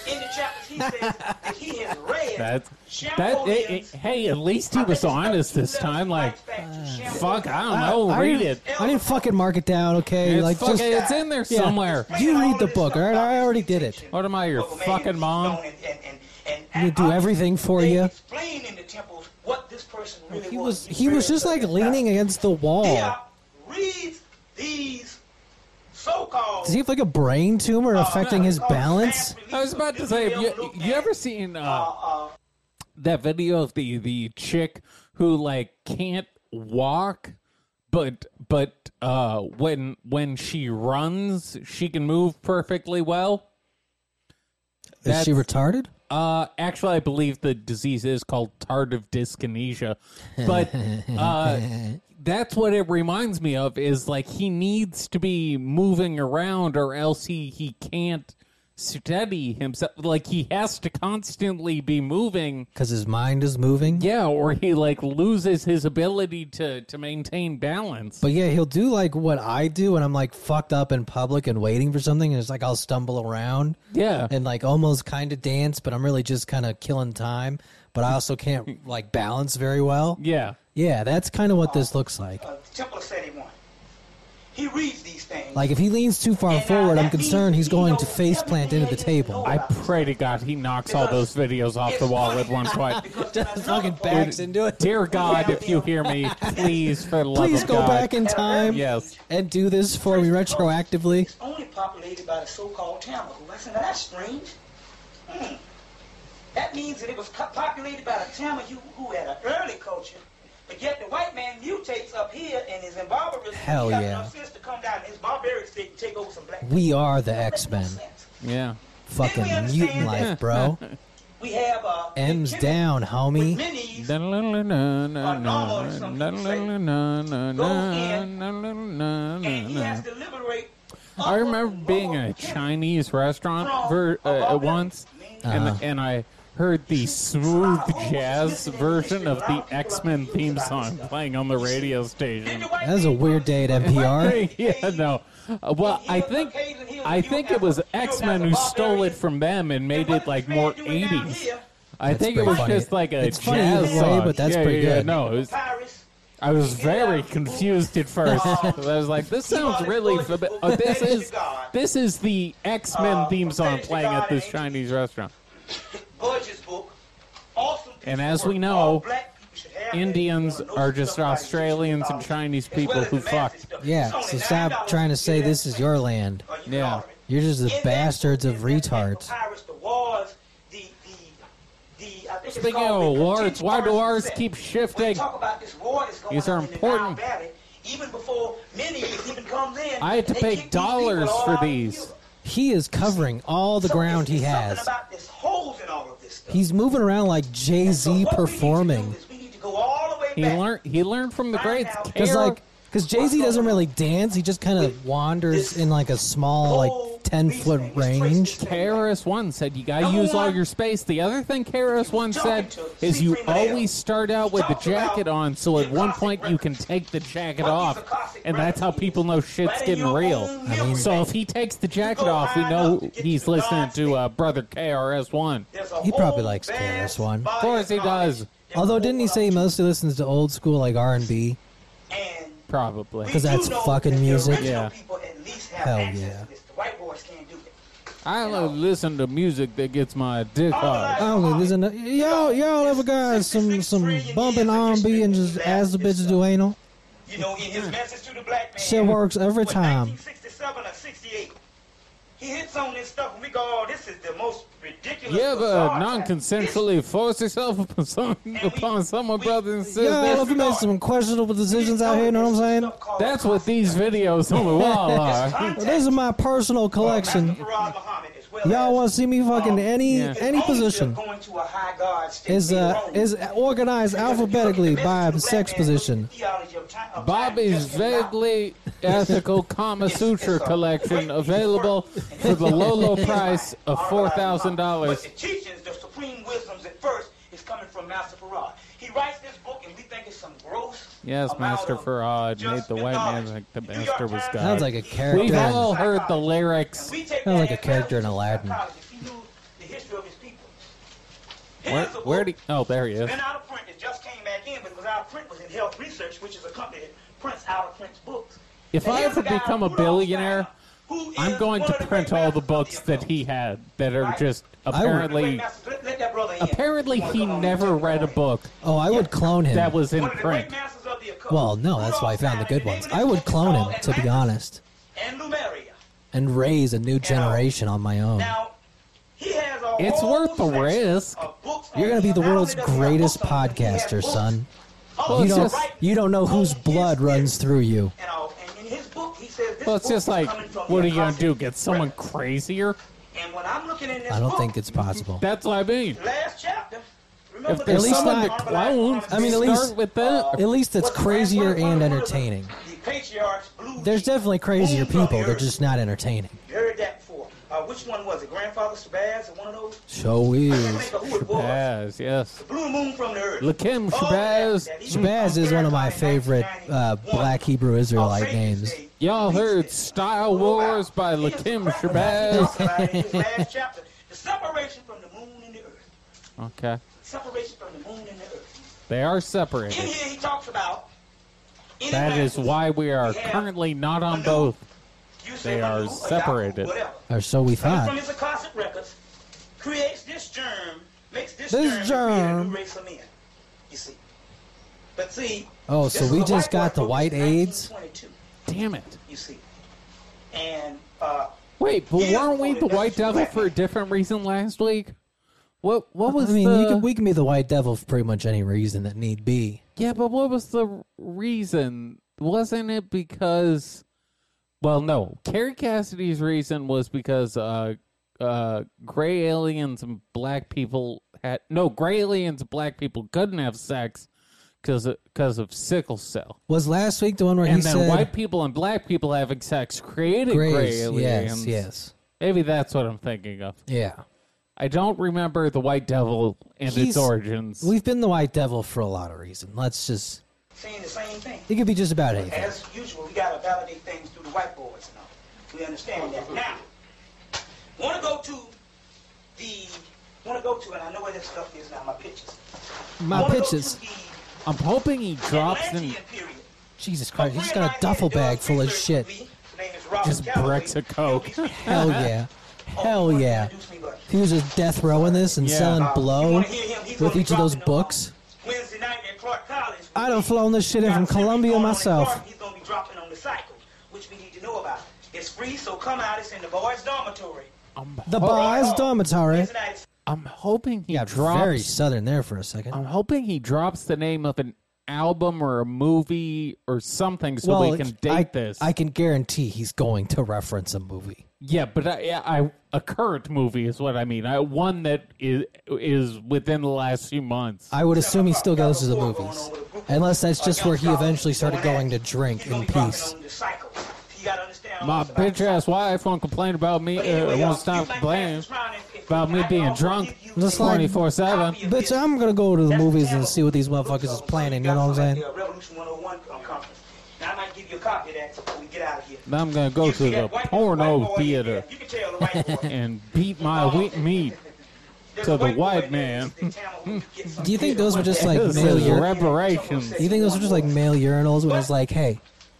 In the chapters, he says that he has read That's that. It, it, Champollions- hey, at least he was honest this time. Like, fuck, I don't know. read it. I didn't fucking mark it down, okay? It's, like fucking, it's just in there yeah. somewhere. You read the book, all right? I already did it. What am I, your fucking mom? And, and, and, and He'd do everything for they you. Explain in the temples what this person really He was. was he was just like leaning against the wall. Diop reads these so-called. Does he have like a brain tumor uh, affecting his so-called balance? mass release I was about to of say, have Israel you, Luke you and, ever seen uh, uh, uh, that video of the the chick who like can't walk, but but uh, when when she runs, she can move perfectly well. Is she That's- retarded? Uh, actually, I believe the disease is called tardive dyskinesia, but uh, that's what it reminds me of. Is like he needs to be moving around, or else he he can't steady himself. Like he has to constantly be moving. Because his mind is moving. Yeah, or he like loses his ability to to maintain balance. But yeah, he'll do like what I do when I'm like fucked up in public and waiting for something, and it's like I'll stumble around yeah, and like almost kind of dance, but I'm really just kind of killing time. But I [LAUGHS] also can't like balance very well. yeah. Yeah, that's kind of what this looks like. uh, temple setting one. He reads these things. Like if he leans too far And, uh, forward, I'm that means concerned he's he going knows to face plant everything into the there is to table. know I pray to God he knocks all those videos off the wall at [LAUGHS] one point. [LAUGHS] Because Just another [LAUGHS] fucking part- backs into it. Dear God, if you hear [LAUGHS] me, please, for the love Please of go God. back in Yeah. time Yes. and do this for me retroactively. It's only populated by the so-called Tamil. I said, now that's strange. Hmm. That means that it was co- populated by the Tamil who, who had an early culture, but yet the white man mutates up here and is in barbarism. Hell he got yeah. enough sense to come down in his barbaric state and take over some black We are the Don't make no X Men. sense. Yeah. Fucking Didn't we mutant understand [LAUGHS] life, bro. We have uh, M's Kimmy down, with homie. Minnie's and he has I to liberate. remember being at a Chinese restaurant ver- uh, at once, Uh, Uh-huh. and, and I heard the smooth jazz version of the X Men theme song playing on the radio station. That was a weird day [LAUGHS] at NPR. [LAUGHS] yeah, no. Uh, well, I think I think it was X Men who stole it from them and made it like more '80s. I That's think it pretty was funny. just like a It's jazz funny either way, song. but that's yeah, pretty yeah, good. No, Oh, it was, I was very confused at first. I was like, "This sounds really familiar." Oh, this is this is the X Men theme song playing at this Chinese restaurant. Burgess book. Awesome piece And of as we work. know, All black people should have that. Indians You know, are no just somebody Australians and should Chinese as well people as who the masses fuck. stuff. Yeah, It's only so stop $9 trying to say get this is your land. or you Yeah. can order it. You're just In the that bastards of book, in that book, retards. Papyrus, the wars, the, the, the, I think it's Speaking called of the awards, continued why do wars ours set. keep We shifting? talk about this war that's going These are on in the Nile important. Valley, even before many even comes in. I had to they pay kick these people dollars all for out of these. Europe. He is covering all the So ground it's- he it's something has. about this holes in all of this stuff. He's moving around like Jay So Z what we need to do performing. is we need to go all the way He back. learned he learned from the greats. Because Care- like, because Jay Z doesn't really dance. He just kind of wanders in like a small, like ten foot range. KRS One said you gotta Number use all one. your space. The other thing KRS One said Talking to is you Siegfried Mayer. always start out with the Talked about jacket on, so at the one Cossack point you Rebels. can take the jacket But these off, are Cossack and that's how Rebels. people know shit's Letting getting your real. own I mean- so if he takes the jacket go off, we high enough to know get he's to listening God's to uh, brother KRS One. There's a He probably whole likes vast KRS-One. body Of course he knowledge does. that Although we didn't he hold say he on mostly listens to old school like R and B? to. And Probably. we 'Cause do that's know fucking that the music. original Yeah. people at least have Hell access yeah. to this. The white boys can't do it. I don't listen to music that gets my dick hard. I don't know. Oh, There's another, y'all, y'all ever got some some bumping R and B and just ask the bitches do anal? You know, in his message to the black man. Shit works every what, time. 1967 or 68. He hits on this stuff and we go, oh, this is the most ridiculous. You bizarre ever type. non-consensually force yourself upon, some, upon someone, brother and sister? Y'all ever made some questionable decisions out here? You know what I'm saying? That's what these videos on the wall are. Well, this is my personal collection. Y'all want to see um, me fucking any Yeah. any position? Is uh is organized alphabetically by sex position. Bobby's vaguely ethical Kama Sutra collection available for the low, low price of But the $4,000. teachings, the supreme wisdoms at first, is coming from Master Farad. He writes this book and we think it's some gross. Yes, amount Master of Farad just made the white man knowledge. think the New York master was Times- God. Sounds like a We've character. all heard the lyrics. We take Sounds that like a as character in evidence of Aladdin. psychology. He knew the history of his people. Where, Here's a where do book Oh, there he is. Been out of print. It just came back in because out of print was in Health Research, which is a company that prints out of print books. If And I here's ever a guy, become a Rudolph billionaire, Steiner, who is I'm going one to of the print great all the masters of books that occult. he had that are Right. just I would- Great apparently. masters, let- let that brother in. Apparently, Wanna he come on, never take it read a away. book Oh, I would clone him. that was in One of the great print. masters of the occult. well, no, that's why I found the good ones. I would clone him, to be honest, And Lumeria. and raise a new generation on my own. Now, he has a It's whole worth the section risk. of books on You're gonna be him. the Not only world's does he have greatest books on him, he has podcaster, books son. on Well, it's You his don't, just- right- you don't know whose on his blood runs spirit. through you. And, all- and in his book, he says this Well, it's book just is like, coming from what the are you gonna do? apostle Get someone Brett. crazier? And when I'm looking in this I don't book, think it's possible. That's what I mean. last chapter. If Remember there's At least someone not- to clone, I mean, at start least- with that. At least it's What's the crazier last one? and One of the- entertaining. the patriarchs, Blue There's Chief, definitely crazier Boone from people. the They're earth. just not entertaining. You heard that before. Uh, which one was it? Grandfather Shabazz or one of those? So I can't is. think of who it was. Yes, yes. Blue Moon from the Earth. Lakim Oh, yeah, Shabazz. that he was Shabazz is one of my favorite uh, black Hebrew Israelite names. [LAUGHS] Y'all heard Style Wars by [LAUGHS] Lakim Shabazz. [LAUGHS] Shabazz. The separation from the moon and the earth. Okay. Separation from the moon and the earth. They are In separated. here, he talks about. in That is Atlantis, why we are we have currently not on Manu. both. you say they are Manu or Yahoo, separated. whatever. Or so we Coming from thought. his Akashic records, creates this germ, makes this, This germ, create a germ. new race of men. You see. But see. Oh, this so is we a just white got the boy white from AIDS? 1922, Damn it. You see. And uh, Wait, but Yeah, weren't we well, the that's White Devil right. for a different reason last week? What what I was mean, the you can, we can be the white devil for pretty much any reason that need be. Yeah, but what was the reason? Wasn't it because well, no. Carrie Cassidy's reason was because uh uh gray aliens and black people had no, gray aliens and black people couldn't have sex cuz cuz of sickle cell. Was last week the one where he And then said white people and black people having sex created grays? gray yes, aliens. yes, Maybe that's what I'm thinking of. yeah. I don't remember the White Devil and its He's- origins. We've been the white devil for a lot of reasons. Let's just saying the same thing. it could be just about anything. As usual, we gotta validate things through the whiteboards and all. We understand that. Now, wanna go to the, wanna go to, and I know where this stuff is now, my pictures. My Wanna go pitches. to the I'm hoping he drops Atlantean and period. Jesus Christ, A he's friend got I a duffel had does bag full of research shit. with me. His name is Robert Just Calloway. bricks of coke. He'll be- [LAUGHS] Hell yeah, Oh, hell he wanted to yeah. introduce me, but, If he was just death rowing this and Yeah. selling uh, you blow wanna hear him, he's gonna with be each of those dropping on books. Wednesday night at Clark College. I'd have flown this shit in Got from a series Columbia going on at myself. Clark, He's gonna be dropping on the cycle, which we need to know about. It's free, so come out. It's in the boys' dormitory. I'm, The ho- boys' Oh. dormitory. Wednesday night, I'm hoping he Yeah, drops. very southern there for a second. I'm hoping he drops the name of an album or a movie or something so we can date I, this. I can guarantee he's going to reference a movie. yeah, but I, yeah, I a current movie is what I mean. I one that is is within the last few months. I would assume he still goes to the Got a movies, war going on with a group unless that's of just young where he scholars eventually started going at going to it. drink He's in gonna be dropping peace. on the cycle. You gotta understand My all this about the bitch ass wife won't complain about me. But Uh, anyway, y'all, won't stop you like complaining Pastor Brown, if- if about we- me I being also drunk give you a Just like- twenty four seven. copy of Bitch, this. I'm gonna go to the That's movies terrible. and see what these motherfuckers Look, is so planning. you You know what got I'm something saying? like the Revolution 101 conference. Now I might give you a copy of that before we get out of here. Now I'm gonna go You to see the that white- porno white boy in theater there? You can tell the white [LAUGHS] boy. and beat my wheat meat. [LAUGHS] There's to a the boy white in there. man. He's the town where you [LAUGHS] get some Do you think kid or those were just, whatever. like, This mail is ur- reparations. Do you think those are just like male urinals where it's like, hey,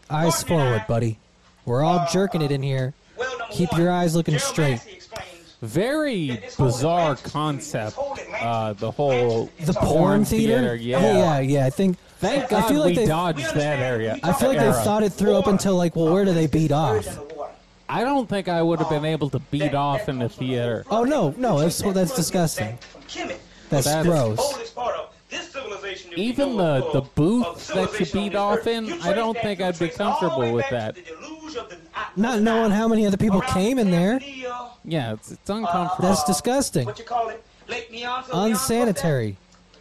eyes Gordon and forward, I- buddy. We're all jerking it in here. Well, number Keep one, your eyes looking Gerald straight. Massey explains Very bizarre concept. Uh, the whole The porn theater? Yeah. Oh, yeah, yeah. I think. Thank I God feel like we they. dodged We that understand. area. We I feel like they era. thought it through up until like, well, where do they beat off? in the water. I don't think I would have been able to beat Um, That- off that in the comes from theater. whole Oh, no, flood. no, You it's- see well, that that's flood disgusting. back from Kemet. That's This is gross. the oldest part of this civilization that we Even know the- of- the of booth that you civilization on beat this off earth. in, You I trace don't that- think you I'd be trace it all the comfortable way with back to that. the deluge of the- Not knowing how many other people Around came in there. Tanzania, Yeah, it's, it's uncomfortable. That's disgusting. What you call it? Lake Nyanza, Leonza, Unsanitary.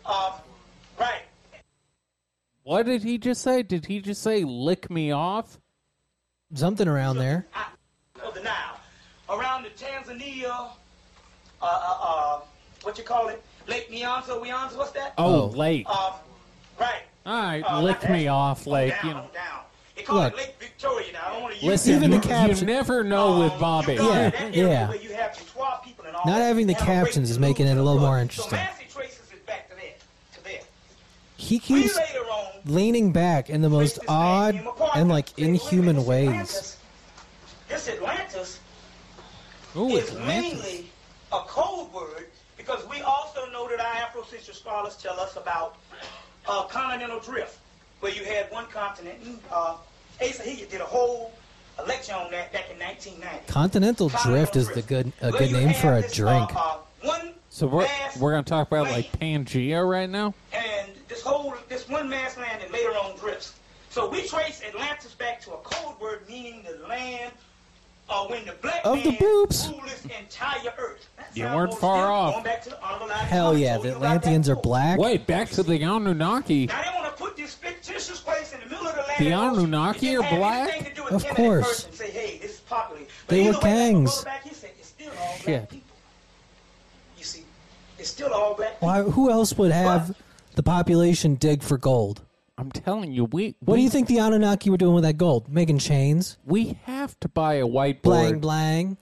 Uh, right. what did he just say? Did he just say lick me off? Something around there. of the Nile, around the Tanzania, uh, uh, uh, what you call it, Lake Nyanza, Weanza, what's that? Oh, Oh. lake. Uh, right. All right, Uh, lick not me that. off, lake. Down, You know. down. They call Look. it Lake Victoria now. I don't want to Listen, Even the you, caption- you never Uh, know with Bobby. Yeah. Not having the captions is making it a little more So interesting. Massey traces it back to there. To there. He We keeps later on leaning back in the most Racist man odd came apart. and like They were in inhuman this ways. Atlantis- This Atlantis Ooh, is Atlantis. mainly a code word because we also know that our Afrocentric scholars tell us about uh, continental drift, where you had one continent. And, uh, Asa Higgins did a whole a lecture on that back in 1990. Continental Continental Drift is the good a where good you name have for a this, uh, drink. uh, one So we're vast we're gonna talk about land like Pangea right now. and this whole this one man's land and later on drifts. So we trace Atlantis back to a code word meaning the land uh, when the black Of man the boobs. ruled this entire earth. That You sounds weren't more far simple. off. Going back to the Honorable Elijah Hell Muhammad yeah, told the you about that Atlanteans are before. black. Wait, back to the Anunnaki. Now they want to put this fictitious place in the middle of the land. The and ocean. Anunnaki It didn't are have black? anything to do with Of him and course. That person. Say, hey, this is popular. But They either were way, that gangs. brother Back, he said, it's still all Shit. black people. You see, it's still all black. Why? Who else would have the population dig for gold? I'm telling you, we What do we- you think the Anunnaki were doing with that gold? Making chains, we have to buy a whiteboard blang blang.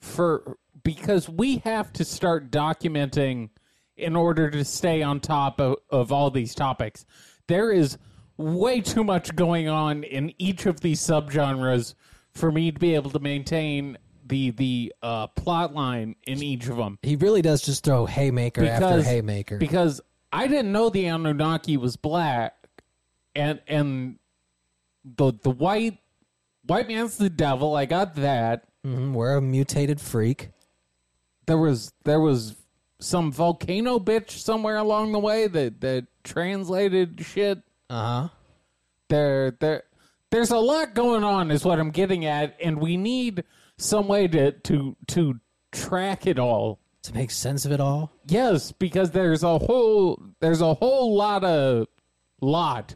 for because we have to start documenting in order to stay on top of, of all these topics. There is way too much going on in each of these subgenres for me to be able to maintain the the uh, plot line in each of them. He really does just throw haymaker after haymaker. Because I didn't know the Anunnaki was black, and and the the white white man's the devil. I got that. Mhm, we're a mutated freak. There was there was some volcano bitch somewhere along the way that that translated shit. Uh huh. There there. There's a lot going on, is what I'm getting at, and we need some way to to to track it all. To make sense of it all, Yes, because there's a whole there's a whole lot of lot.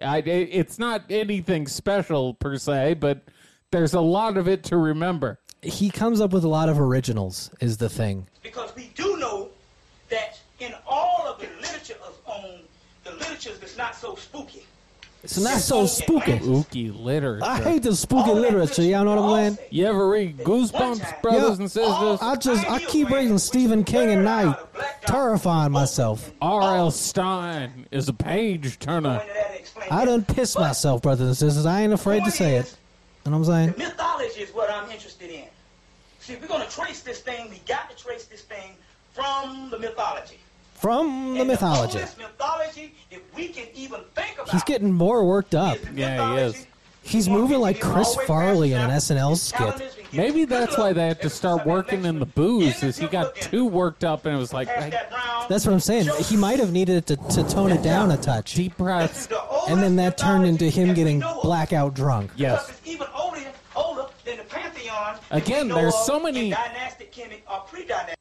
I, it- it's not anything special per se, but there's a lot of it to remember. he comes up with a lot of originals. Is the thing. because we do know that in all of the literature of on the literature that's not so spooky. It's not so spooky. Ooky literature. I hate the spooky All that literature. You know what I'm saying? literature y'all say. you ever read Yeah. Goosebumps, brothers and sisters? Oh, I just I keep reading Stephen King at night, terrifying myself. Oh. R.L. Stein is a page turner. I done pissed myself, brothers and sisters. I ain't afraid to say it. You know what I'm saying? The mythology is what I'm interested in. See, if we're going to trace this thing, we got to trace this thing from the mythology. From the And mythology. oldest mythology that we can even think about. He's getting more worked up. is the Yeah, he is. mythology. He's moving like Chris Farley in an SNL skit. Maybe that's why they had to start working in the booze, is he got too worked up and it was like, like, That's what I'm saying. He might have needed to, to tone it down a touch. deep breaths. And then that turned into him getting blackout drunk. Yes. It's even older, older than the Pantheon. that Again, we know there's of so in many- dynastic Kemet or pre-dynastic.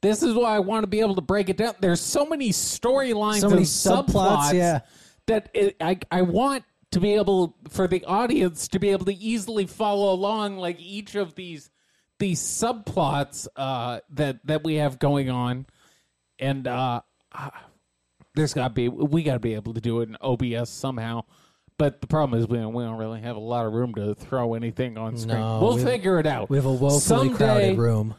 This is why I want to be able to break it down. There's so many storylines So many and subplots, subplots yeah. that it, I I want to be able for the audience to be able to easily follow along like each of these these subplots uh that that we have going on and uh ah, there's got to be we got to be able to do it in OBS somehow. But the problem is we don't, we don't really have a lot of room to throw anything on screen. No, we'll we- figure it out. We have a woefully Someday, crowded room.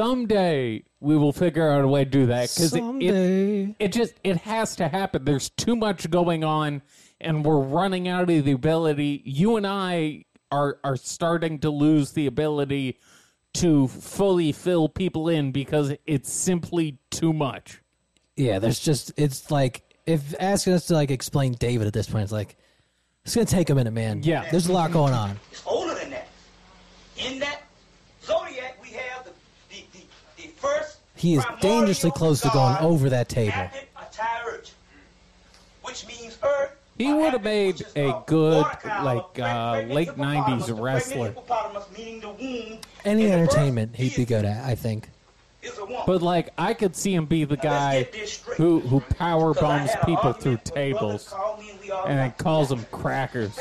someday we will figure out a way to do that because it, it, Someday. it just it has to happen there's too much going on and we're running out of the ability you and i are are starting to lose the ability to fully fill people in because it's simply too much Yeah, there's just, it's like, if asking us to like explain David at this point, it's like, it's going to take a minute, man. Yeah. There's a lot going on. It's older than that. In that zodiac, we have the the, the, the first. He is primordial dangerously close to going god, over that table. Apit Atayurt, which means earth. He or would've Apit, made which is a uh, good, Mordecai, like, a pregnant uh, late hippopotamus, 90s a pregnant wrestler. hippopotamus meaning the womb Any is the first entertainment he'd be deity good at, I think. is a woman. but like i could see him be the guy get this straight. who who power Because I bombs had an people argument through with brothers tables called me and we all and then got- calls them crackers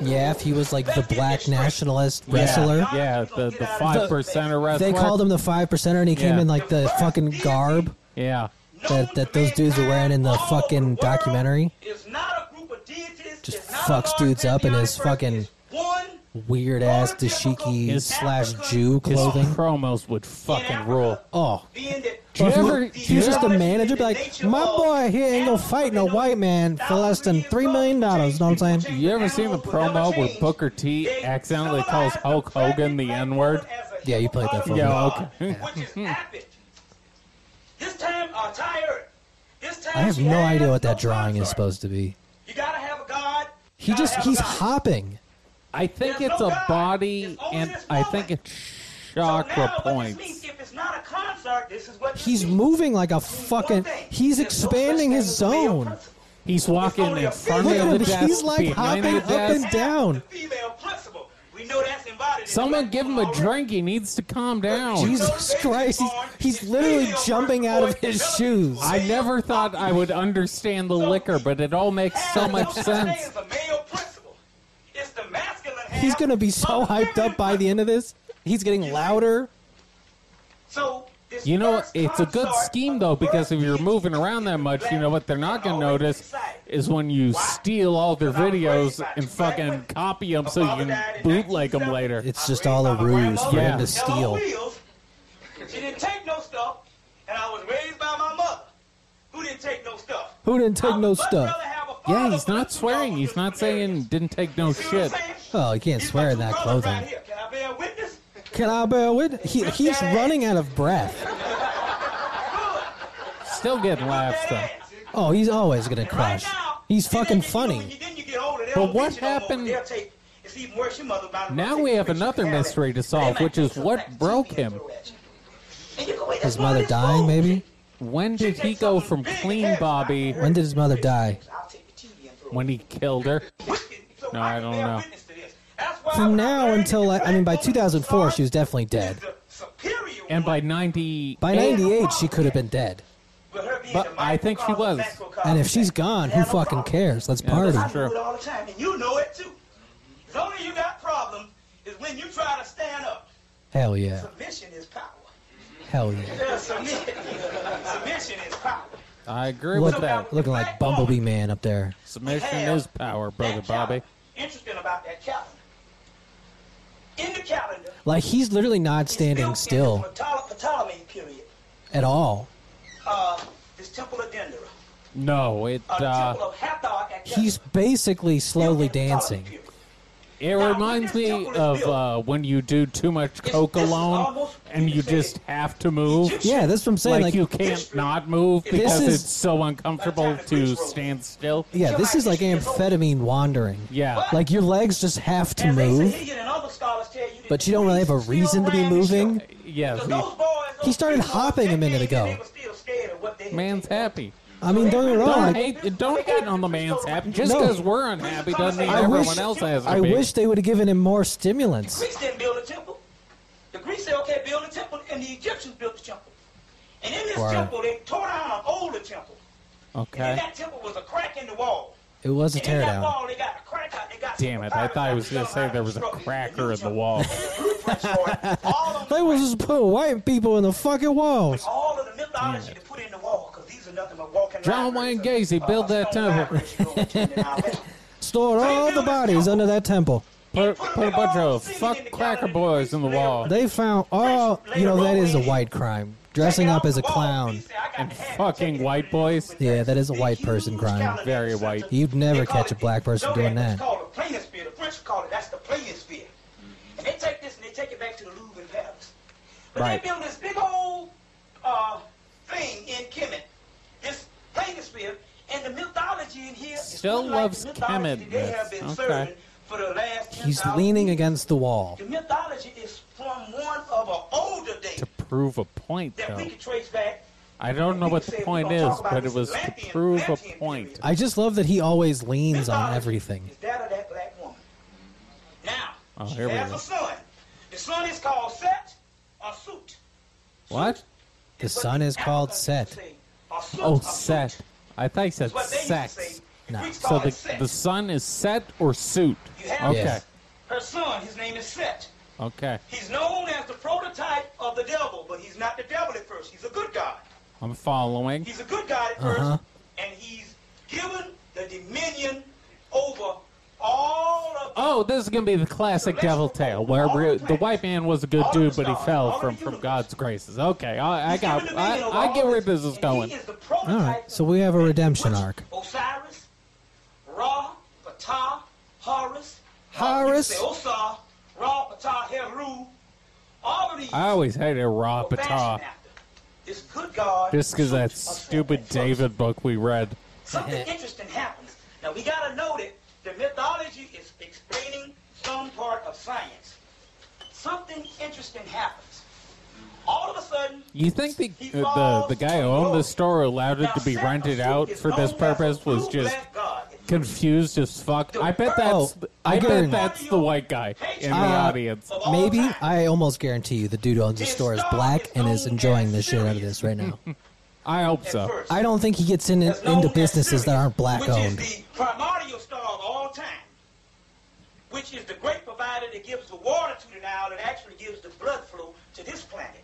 Yeah, if he was like the black nationalist wrestler. yeah, yeah the the five percenter wrestler They called him the five percenter, and he came Yeah. in like the fucking garb yeah that, that those dudes were wearing in the Known to fucking mankind all over the world documentary. is not a group of deities, Just is not a fucks large dudes up in pantheon his of persons, fucking- is one Weird ass dashiki His- slash Jew clothing. His promos would fucking rule. Oh. being that Do you the ever- geology do you He was just the ever- and manager, be like, nature my of boy, he ain't gonna animals fight no and white man for less than thousands three million dollars. Know what I'm saying? You ever seen the Animals will never promo where change. Booker T They accidentally symbolize calls Hulk the planet Hogan the as a N word? Yeah, you played that for me. Yeah, God, okay. Which is [LAUGHS] epic. This time, uh, tired. This time I have she no had idea what no that drawing is contract. supposed to be. You gotta have a God. He gotta just have a he's God. hopping. I think There's it's no a God. body, It's only and this I woman. think it's So now chakra what this means, points. If it's not a concert, this is what this He's means. moving like a Means fucking one thing. he's There's no such expanding thing his as a male zone. principle. He's walking only in a front Look of at the him, desk, he's like behind hopping the up desk. and down. The female principle. We know that's embodied. in Someone black give him woman a already. drink. He needs to calm down. Jesus Those babies Christ, he's- born he's is literally female jumping first out of born his developed shoes. I never thought I would understand the liquor, but it all makes so Half much of the sense. thing is a male principle. It's the masculine He's half gonna be so of the hyped up by the end of this. He's getting louder. So this You know, first it's a good consort scheme of though, the because if first you're deity moving around that is much, you black know what they're not and gonna always notice excited. is when you steal all their Because I'm raised videos by and two black fucking women. copy them My so you father died can in bootleg them 1970. later. It's I just raised all a by my ruse for Yeah. him to Hello, grandmother, steal. yellow wheels. She didn't take no stuff, and I was raised by my mother, who didn't take no stuff. Who didn't take I no would much stuff? rather have a Yeah, father he's with not a swearing. dog He's with not disabilities. saying didn't take no You see what I'm shit. saying? Oh, he can't These swear my in two that brothers right clothing. here. Can I bear witness? [LAUGHS] Can I bear with? He, he's running out of breath. Still getting laughs That though. ass. Oh, he's always gonna And right crash. now, He's and fucking then you- when funny. you- then you get older, they But don't what teach you no more. happened- They'll take- it's even worse, your mother about to Now take we the have picture another and have mystery it. to They solve, might which take is some what back to broke TV and him. throw at you. And you go, "Wait, that's His one of mother these dying, fools." maybe. When did he go from clean Bobby When did his mother die? I'll take the TV and throw it. when he killed her? So No, I can don't bear know. witness to this. That's why From when I now learned until that like, the I mean, by black woman 2004, she was is definitely dead. the superior And by one, 90, By '98, she could have been dead. but her being but the I think she microcosm, was. macrocosm, And if she's gone, who Had no fucking problem. cares? Let's Yeah, that's party. I Sure. do it all the time, and you know it too. The only you got problem is when you try to stand up. Hell yeah. Submission is power. Hell yeah. Yeah, submission. submission is power. I agree with that. Look, looking like Bumblebee Man up there. Submission Have is power, brother that Bobby. calendar. Interesting about that calendar. In the calendar, Like he's literally not it's standing built still into the Ptole- Ptolemy period. at all. Uh, this temple of Dendera, No, it a uh, temple of Hathor. at Dendera, He's basically built slowly in the Ptolemy dancing. period. it reminds me of uh, when you do too much coke alone and you just have to move. Yeah, that's what I'm saying. Like, Like, you can't not move because is- it's so uncomfortable to stand still. yeah, this is like amphetamine wandering. Yeah, Like your legs just have to And they say move. Higgin and other scholars tell you that But you don't really have a still reason to be ran the show. moving. yeah. Because The those boys, He those started people, hopping a they minute did, and ago. They were still scared of what they had man's done. happy. I mean, don't get me Don't wrong. like, hate, don't hate on the man's happy. Just No. because we're unhappy doesn't mean I everyone wish- else has to I be. wish they would have given him more stimulants. Greeks didn't build a temple. The Greeks said, okay, build a temple, and the Egyptians built the temple. And in this Wow. temple, they tore down an older temple. And in Okay. that temple was a crack in the wall. It was a And in that teardown. wall, they got a crack out. They got some Damn it! I thought I was gonna say there was a papyrus that cracker in the constructed wall. a new temple. Blueprints for [LAUGHS] it. All of They them- was just putting white people in the fucking walls. all of the mythology to put in the wall, because these are nothing but walking John libraries Wayne of- Gacy uh, built that stone temple. libraries [LAUGHS] you go into and all that. Stored all the bodies under that temple. Put, put a bunch of fuck cracker boys in the wall. They found all. You know that is a white crime. Dressing up as a clown. And fucking white boys. Yeah, that is a white person crime. Very white. You'd never catch a black person doing that. called the planisphere. The French call it that's the planisphere. And they take this and they take it back to the Louvre in Paris. But Right. they build this big old uh, thing in Kemet, this planisphere, and the mythology in here is Still unlike the loves mythology Kemet that they have myths. been Okay. serving for the last He's 10,000 leaning years. against the wall. The mythology is from one of an older day To prove a point, that though. we can trace back. I don't know what the point is, but it was to prove a point. I just love that he always leans on Mythology everything. Is that of that black woman? Now, Oh, she here we has go. a son. The son is called Set or Suit. What? The son is called Set. Oh, set. I thought he said What they used to sex. say, the No. Greeks So called it the Set. the sun is set or suit. You have Okay. Yeah. Her son, his name is Set. Okay. He's known as the prototype of the devil, but he's not the devil at first. He's a good guy. I'm following. He's a good guy at 1st Uh-huh. and he's given the dominion over all of Oh, this is gonna be the classic devil tale where we, the white man was a good dude, but he fell from from God's graces. Okay, I, I He's given got. dominion I, over I all get where this, this is and going. he is the prototype All right, so of we have a the redemption witch arc. Osiris, Ra, Ptah, Horus. Horus? Uh, you can say Osar, Ra, Ptah, Heru, All of these I always hated raw were fashioned patah after this good God. just because that shoot us stupid from the first. David book we read. [LAUGHS] Something interesting happens. Now we gotta know that the mythology is explaining some part of science. Something interesting happens. All of a sudden, You think the the, the guy who owned the store allowed it now to be Santa rented Sue out is for this known as a purpose was true just black god. confused as fuck? I bet Oh, that's I bet Gurn. that's the white guy in the Uh, audience. Of all Maybe time. I almost guarantee you the dude who owns the store is black and is enjoying the shit out of this right now. I hope At so. first, I don't think he gets in, as known into as businesses that Sirius, aren't black which owned. is the primordial star of all time, which is the great provider that gives the water to the Nile and actually gives the blood flow to this planet.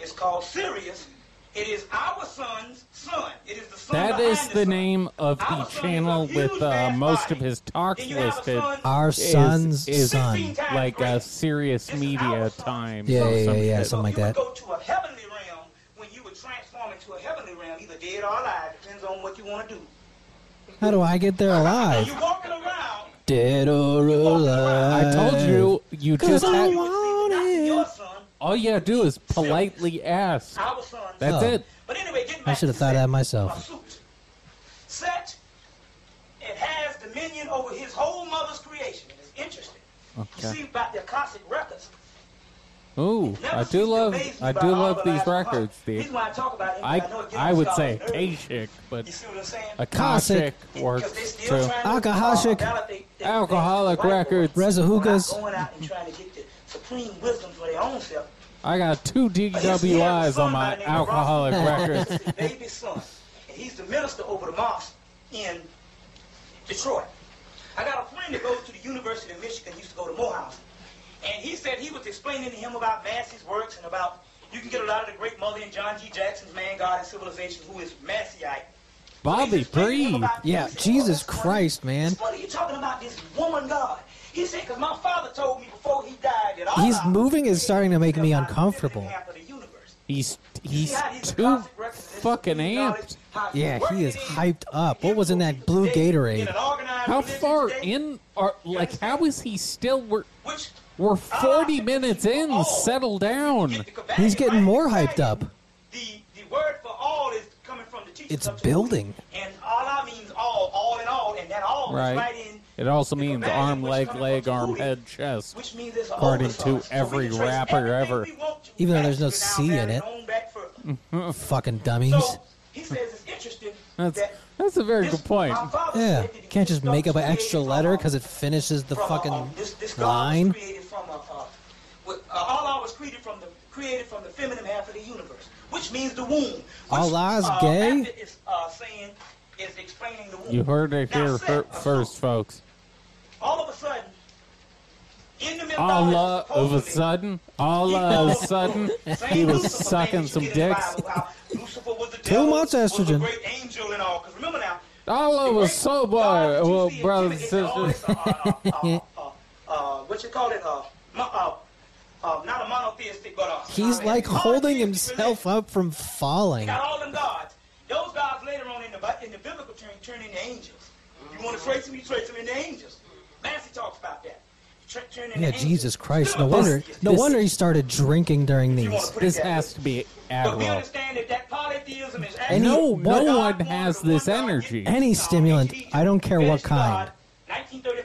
It's called Sirius. It is our sun's sun. It is the sun. That behind is the sun. name of Our sun the is a channel huge with uh, vast most body. of his talks Then you have a listed. sun Our son's is- son. Like uh, serious This is media our sun. time. Yeah, or yeah, some yeah, yeah, shit. something like you that. would go to a heavenly realm when you would transform into a heavenly realm, either dead or alive, depends on what you want to do. How do I get there And alive? you walking around, Dead or alive? I told you, you just I had, you would see want not it. your son, all you gotta do is politely ask. our son. That's Oh. it. but anyway, getting back I should have to thought of Set, that myself. our suit. Set, it has dominion over his whole mother's creation. It's interesting. You Okay. see about the Akashic records. Ooh, I do love, I do love these records, Steve. Steve. I, talk about it, because know I, it gets I on would say scholars' nerves. Akashic, but You see what I'm saying? Akashic Because they works too. still trying to, Alcoholic- uh, validate their- Alcoholic their right records. to work. Rezahugas. They're not Going out and trying to get the supreme wisdom for their own self. I got two But his- he has a DWIs son on by my the name of alcoholic Rossi. records. This [LAUGHS] is his baby son, and he's the minister over the mosque in Detroit. I got a friend that goes to the University of Michigan. Used to go to Morehouse, and he said he was explaining to him about Massey's works and about you can get a lot of the great mother in John G. Jackson's Man, God, and Civilization, who is Masseyite. Bobby, breathe. Yeah, Jesus Christ, man. What are you talking about this woman God? He said, because my father told me before he died that He's Allah moving is starting to make me is the uncomfortable. half of the universe. He's You he's see how these too cosmic records and this fucking million amped. dollars, how it's Yeah, working he is in. hyped up. What was in that blue Today, Gatorade? in an organized How religion far today, in are like? How is he still? We're Which we're forty minutes in. Settle down. He's getting more hyped up. The, the word for all is coming from the teacher. It's building. And Allah means all, all in all, and that all is Right. right in It also means Imagine arm, what's leg, coming leg, from arm, Hootie, head, chest. Which means it's According all to of us. So we every can trace rapper everything ever. we want to Even though back there's no to down C there in and it. on back Mm. further. Fucking dummies. So he says it's interesting That's that that's a very this- good point. my father Yeah, said that can't just he make up an created extra from letter a- because it finishes the from a- fucking um, this- this God was line. created from a, uh, with- uh, Allah was created from the created from the feminine half of the universe, which means the womb. Which, Allah's uh, gay? Abdul Is, uh, saying is explaining the womb. You heard it Now, here Seth, fir- uh, first, folks. All of a sudden, in the mythology, All of a supposedly, sudden, all of a sudden, he was sucking some dicks. Too much estrogen. All of a so boy, well, brothers and sisters. uh, [LAUGHS] What you call it? Uh, mo- uh, uh, not a monotheistic, but uh, He's uh, like holding monotheistic himself religion. up from falling. Got all them gods. Those gods later on in the Bi- in the biblical turn turn into angels. You Mm-hmm. want to trace them, you trace them into angels. Massey talks about that. Tra- turn into Yeah, angels. Jesus Christ. No Still a wonder monotheist. no This- wonder he started drinking during You wanna these. put it This that way. has to be But we Adderall. understand that that polytheism is Any- No, what- no one has this energy. Any stimulant, I don't care what kind.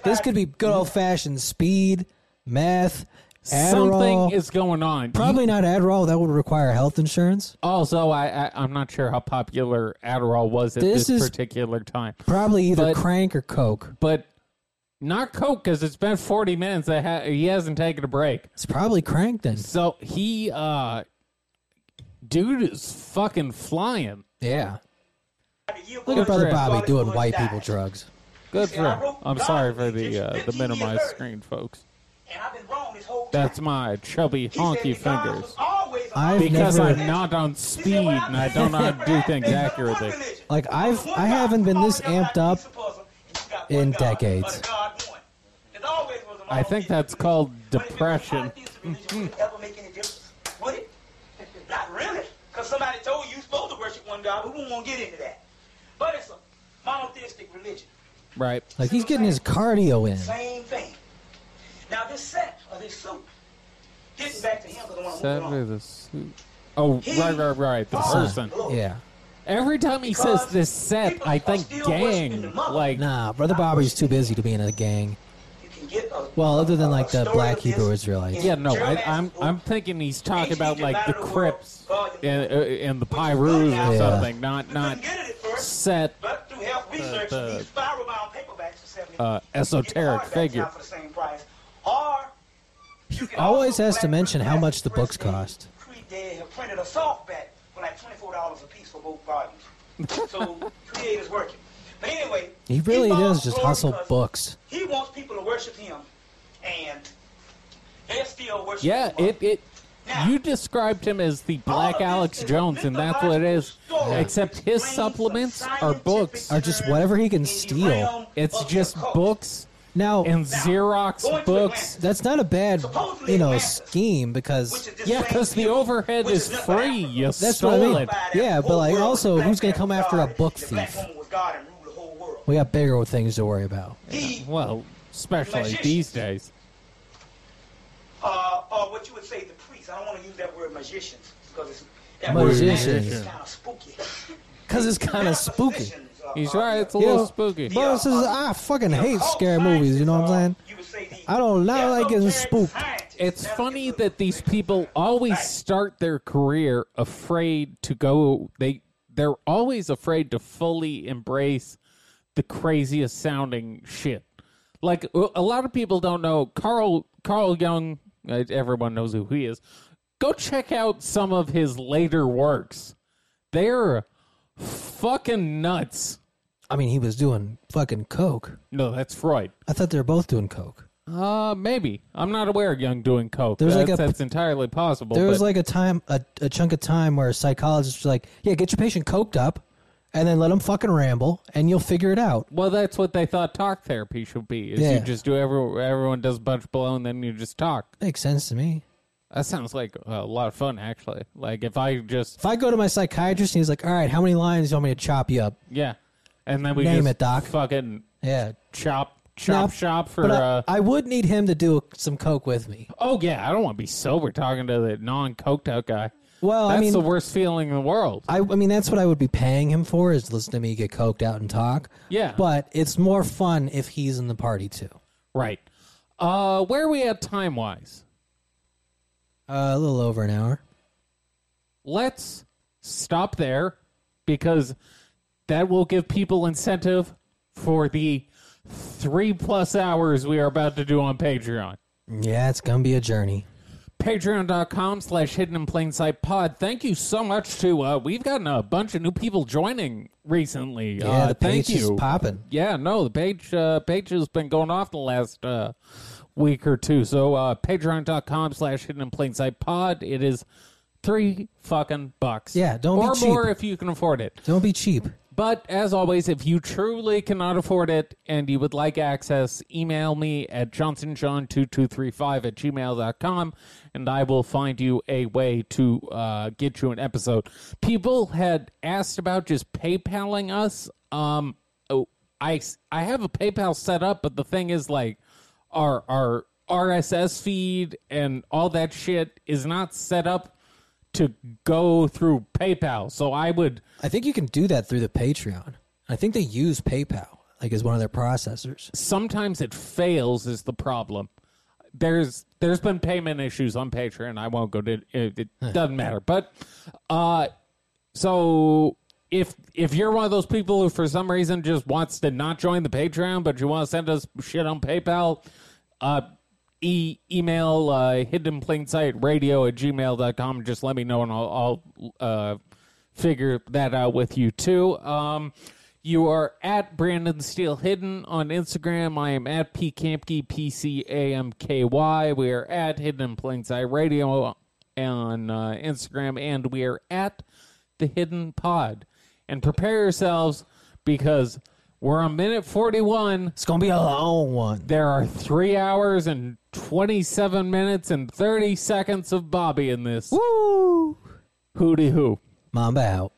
This could be good old fashioned speed, meth, Adderall. Something is going on. Probably not Adderall. That would require health insurance. Also, I, I I'm not sure how popular Adderall was at This this, is- particular time, Probably either But- crank or coke. but not coke because it's been 40 minutes. That ha- he hasn't taken a break, It's probably crank then. so he uh, dude is fucking flying. Yeah. Look Look at Brother Bobby doing white people drugs. Good for him. I'm sorry for the uh, the minimized screen, folks. That's my chubby honky fingers I've because never- I'm not on speed and I don't know how to [LAUGHS] do things accurately. Like, I've- I haven't been this amped up in decades. I think [LAUGHS] that's called depression. [LAUGHS] Not really, because somebody told you you're supposed to worship one God. We won't get into that. But it's a monotheistic religion. Right. Like, he's getting his cardio in. Same thing. Now this set or this suit Getting back to him because I want to move it Saturday on. the Su- Oh, He- right, right, right. The Son. person. Yeah. Every time he Because says this set, people I are think still worshiping the gang. mother. Like, Nah, Brother Bobby's too busy to be in a gang. You can get a, Well, other than, a- like, a the story Black of this Hebrew Israelites. in yeah, no, I, Jeremiah's I'm book. I'm thinking he's talking about like the Crips and uh, and the Pyrus Yeah. or something, not We not couldn't get it at first, set but through health research, the- these spiral-bound paperbacks for 70 uh, esoteric figure. For the same price. Or you can Always also has to black- mention how black much the books press cost. create- They have printed a softback for like twenty-four dollars a piece for both volumes. [LAUGHS] so creators working. But anyway, He really loves does just glory hustle because books. He wants people to worship him, and they're still worshiping. Yeah, him. it it. You described him as the Black Alex Jones, and that's what it is. Except his supplements are books. Are just whatever he can steal. It's just books Now, and Xerox books. that's not a bad, you know, scheme because Yeah, because the overhead is free. You That's what I stole mean. it. Yeah, but, like, also, who's gonna come after a book thief? we got bigger things to worry about. Well, especially these days. uh, or what you would say the priests. I don't want to use that word magicians because it's that Magicians. word kind [LAUGHS] of spooky. Because it's kind of spooky. Mathematicians are- He's are- right. It's a You little know, spooky. Bro, this is, I fucking hate Oh, scary movies, you know what I'm saying? I don't know, I like getting spooked. It's funny that these people always start their career afraid to go they they're always afraid to fully embrace the craziest sounding shit. Like a a lot of people don't know Carl Carl Jung, uh, everyone knows who he is. Go check out some of his later works. They're fucking nuts. I mean, he was doing fucking coke. No, that's Freud. I thought they were both doing coke. Uh, maybe I'm not aware of Young doing coke. There's like that's, a- that's entirely possible. There was Oh, but- like a time, a, a chunk of time where a psychologist was like, yeah, get your patient coked up and then let him fucking ramble and you'll figure it out. Well, that's what they thought talk therapy should be. Is Yeah. you just do every, everyone does a bunch of blow and then you just talk. Makes sense to me. That sounds like a lot of fun, actually. Like if I just If I go to my psychiatrist and he's like, all right, how many lines do you want me to chop you up? yeah, and then we Name just it, Doc. fucking Yeah. chop chop Nah, shop for. But I, uh, I would need him to do some coke with me. oh yeah, I don't want to be sober talking to the non coked out guy. Well, that's I mean, the worst feeling in the world. I, I mean, that's what I would be paying him for is listen to me get coked out and talk. Yeah. But it's more fun if he's in the party too. right. Uh, where are we at time wise? Uh, a little over an hour. let's stop there because that will give people incentive for the three plus hours we are about to do on Patreon. Yeah, it's gonna be a journey. Patreon.com slash hidden in plain sight pod. Thank you so much to uh we've gotten a bunch of new people joining recently. Yeah, uh, the thank page you. is popping. yeah, no, the page uh page has been going off the last uh week or two. So uh patreon.com slash hidden in plain sight pod. It is three fucking bucks. Yeah, don't be or cheap. more if you can afford it. Don't be cheap. But as always, if you truly cannot afford it and you would like access, email me at johnsonjohn2235 at gmail.com and I will find you a way to uh, get you an episode. People had asked about just PayPaling us. Um, oh, I, I have a PayPal set up, but the thing is, like, our, our RSS feed and all that shit is not set up to go through PayPal. So I would. I think you can do that through the Patreon. I think they use PayPal like as one of their processors. sometimes it fails is the problem. There's there's been payment issues on Patreon. I won't go to it, it doesn't matter. But uh so if if you're one of those people who for some reason just wants to not join the Patreon but you want to send us shit on PayPal, uh e- email uh hidden plain sight radio at gmail.com just let me know and I'll, I'll uh figure that out with you too. Um, you are at Brandon Steele Hidden on Instagram. I am at P Campky P C A M K Y. We are at Hidden in Plain Sight Radio on uh, Instagram, and we are at the Hidden Pod. And prepare yourselves because we're on minute forty-one. It's gonna be a long one. There are three hours and twenty-seven minutes and thirty seconds of Bobby in this. Woo! Hooty hoo. Mamba out.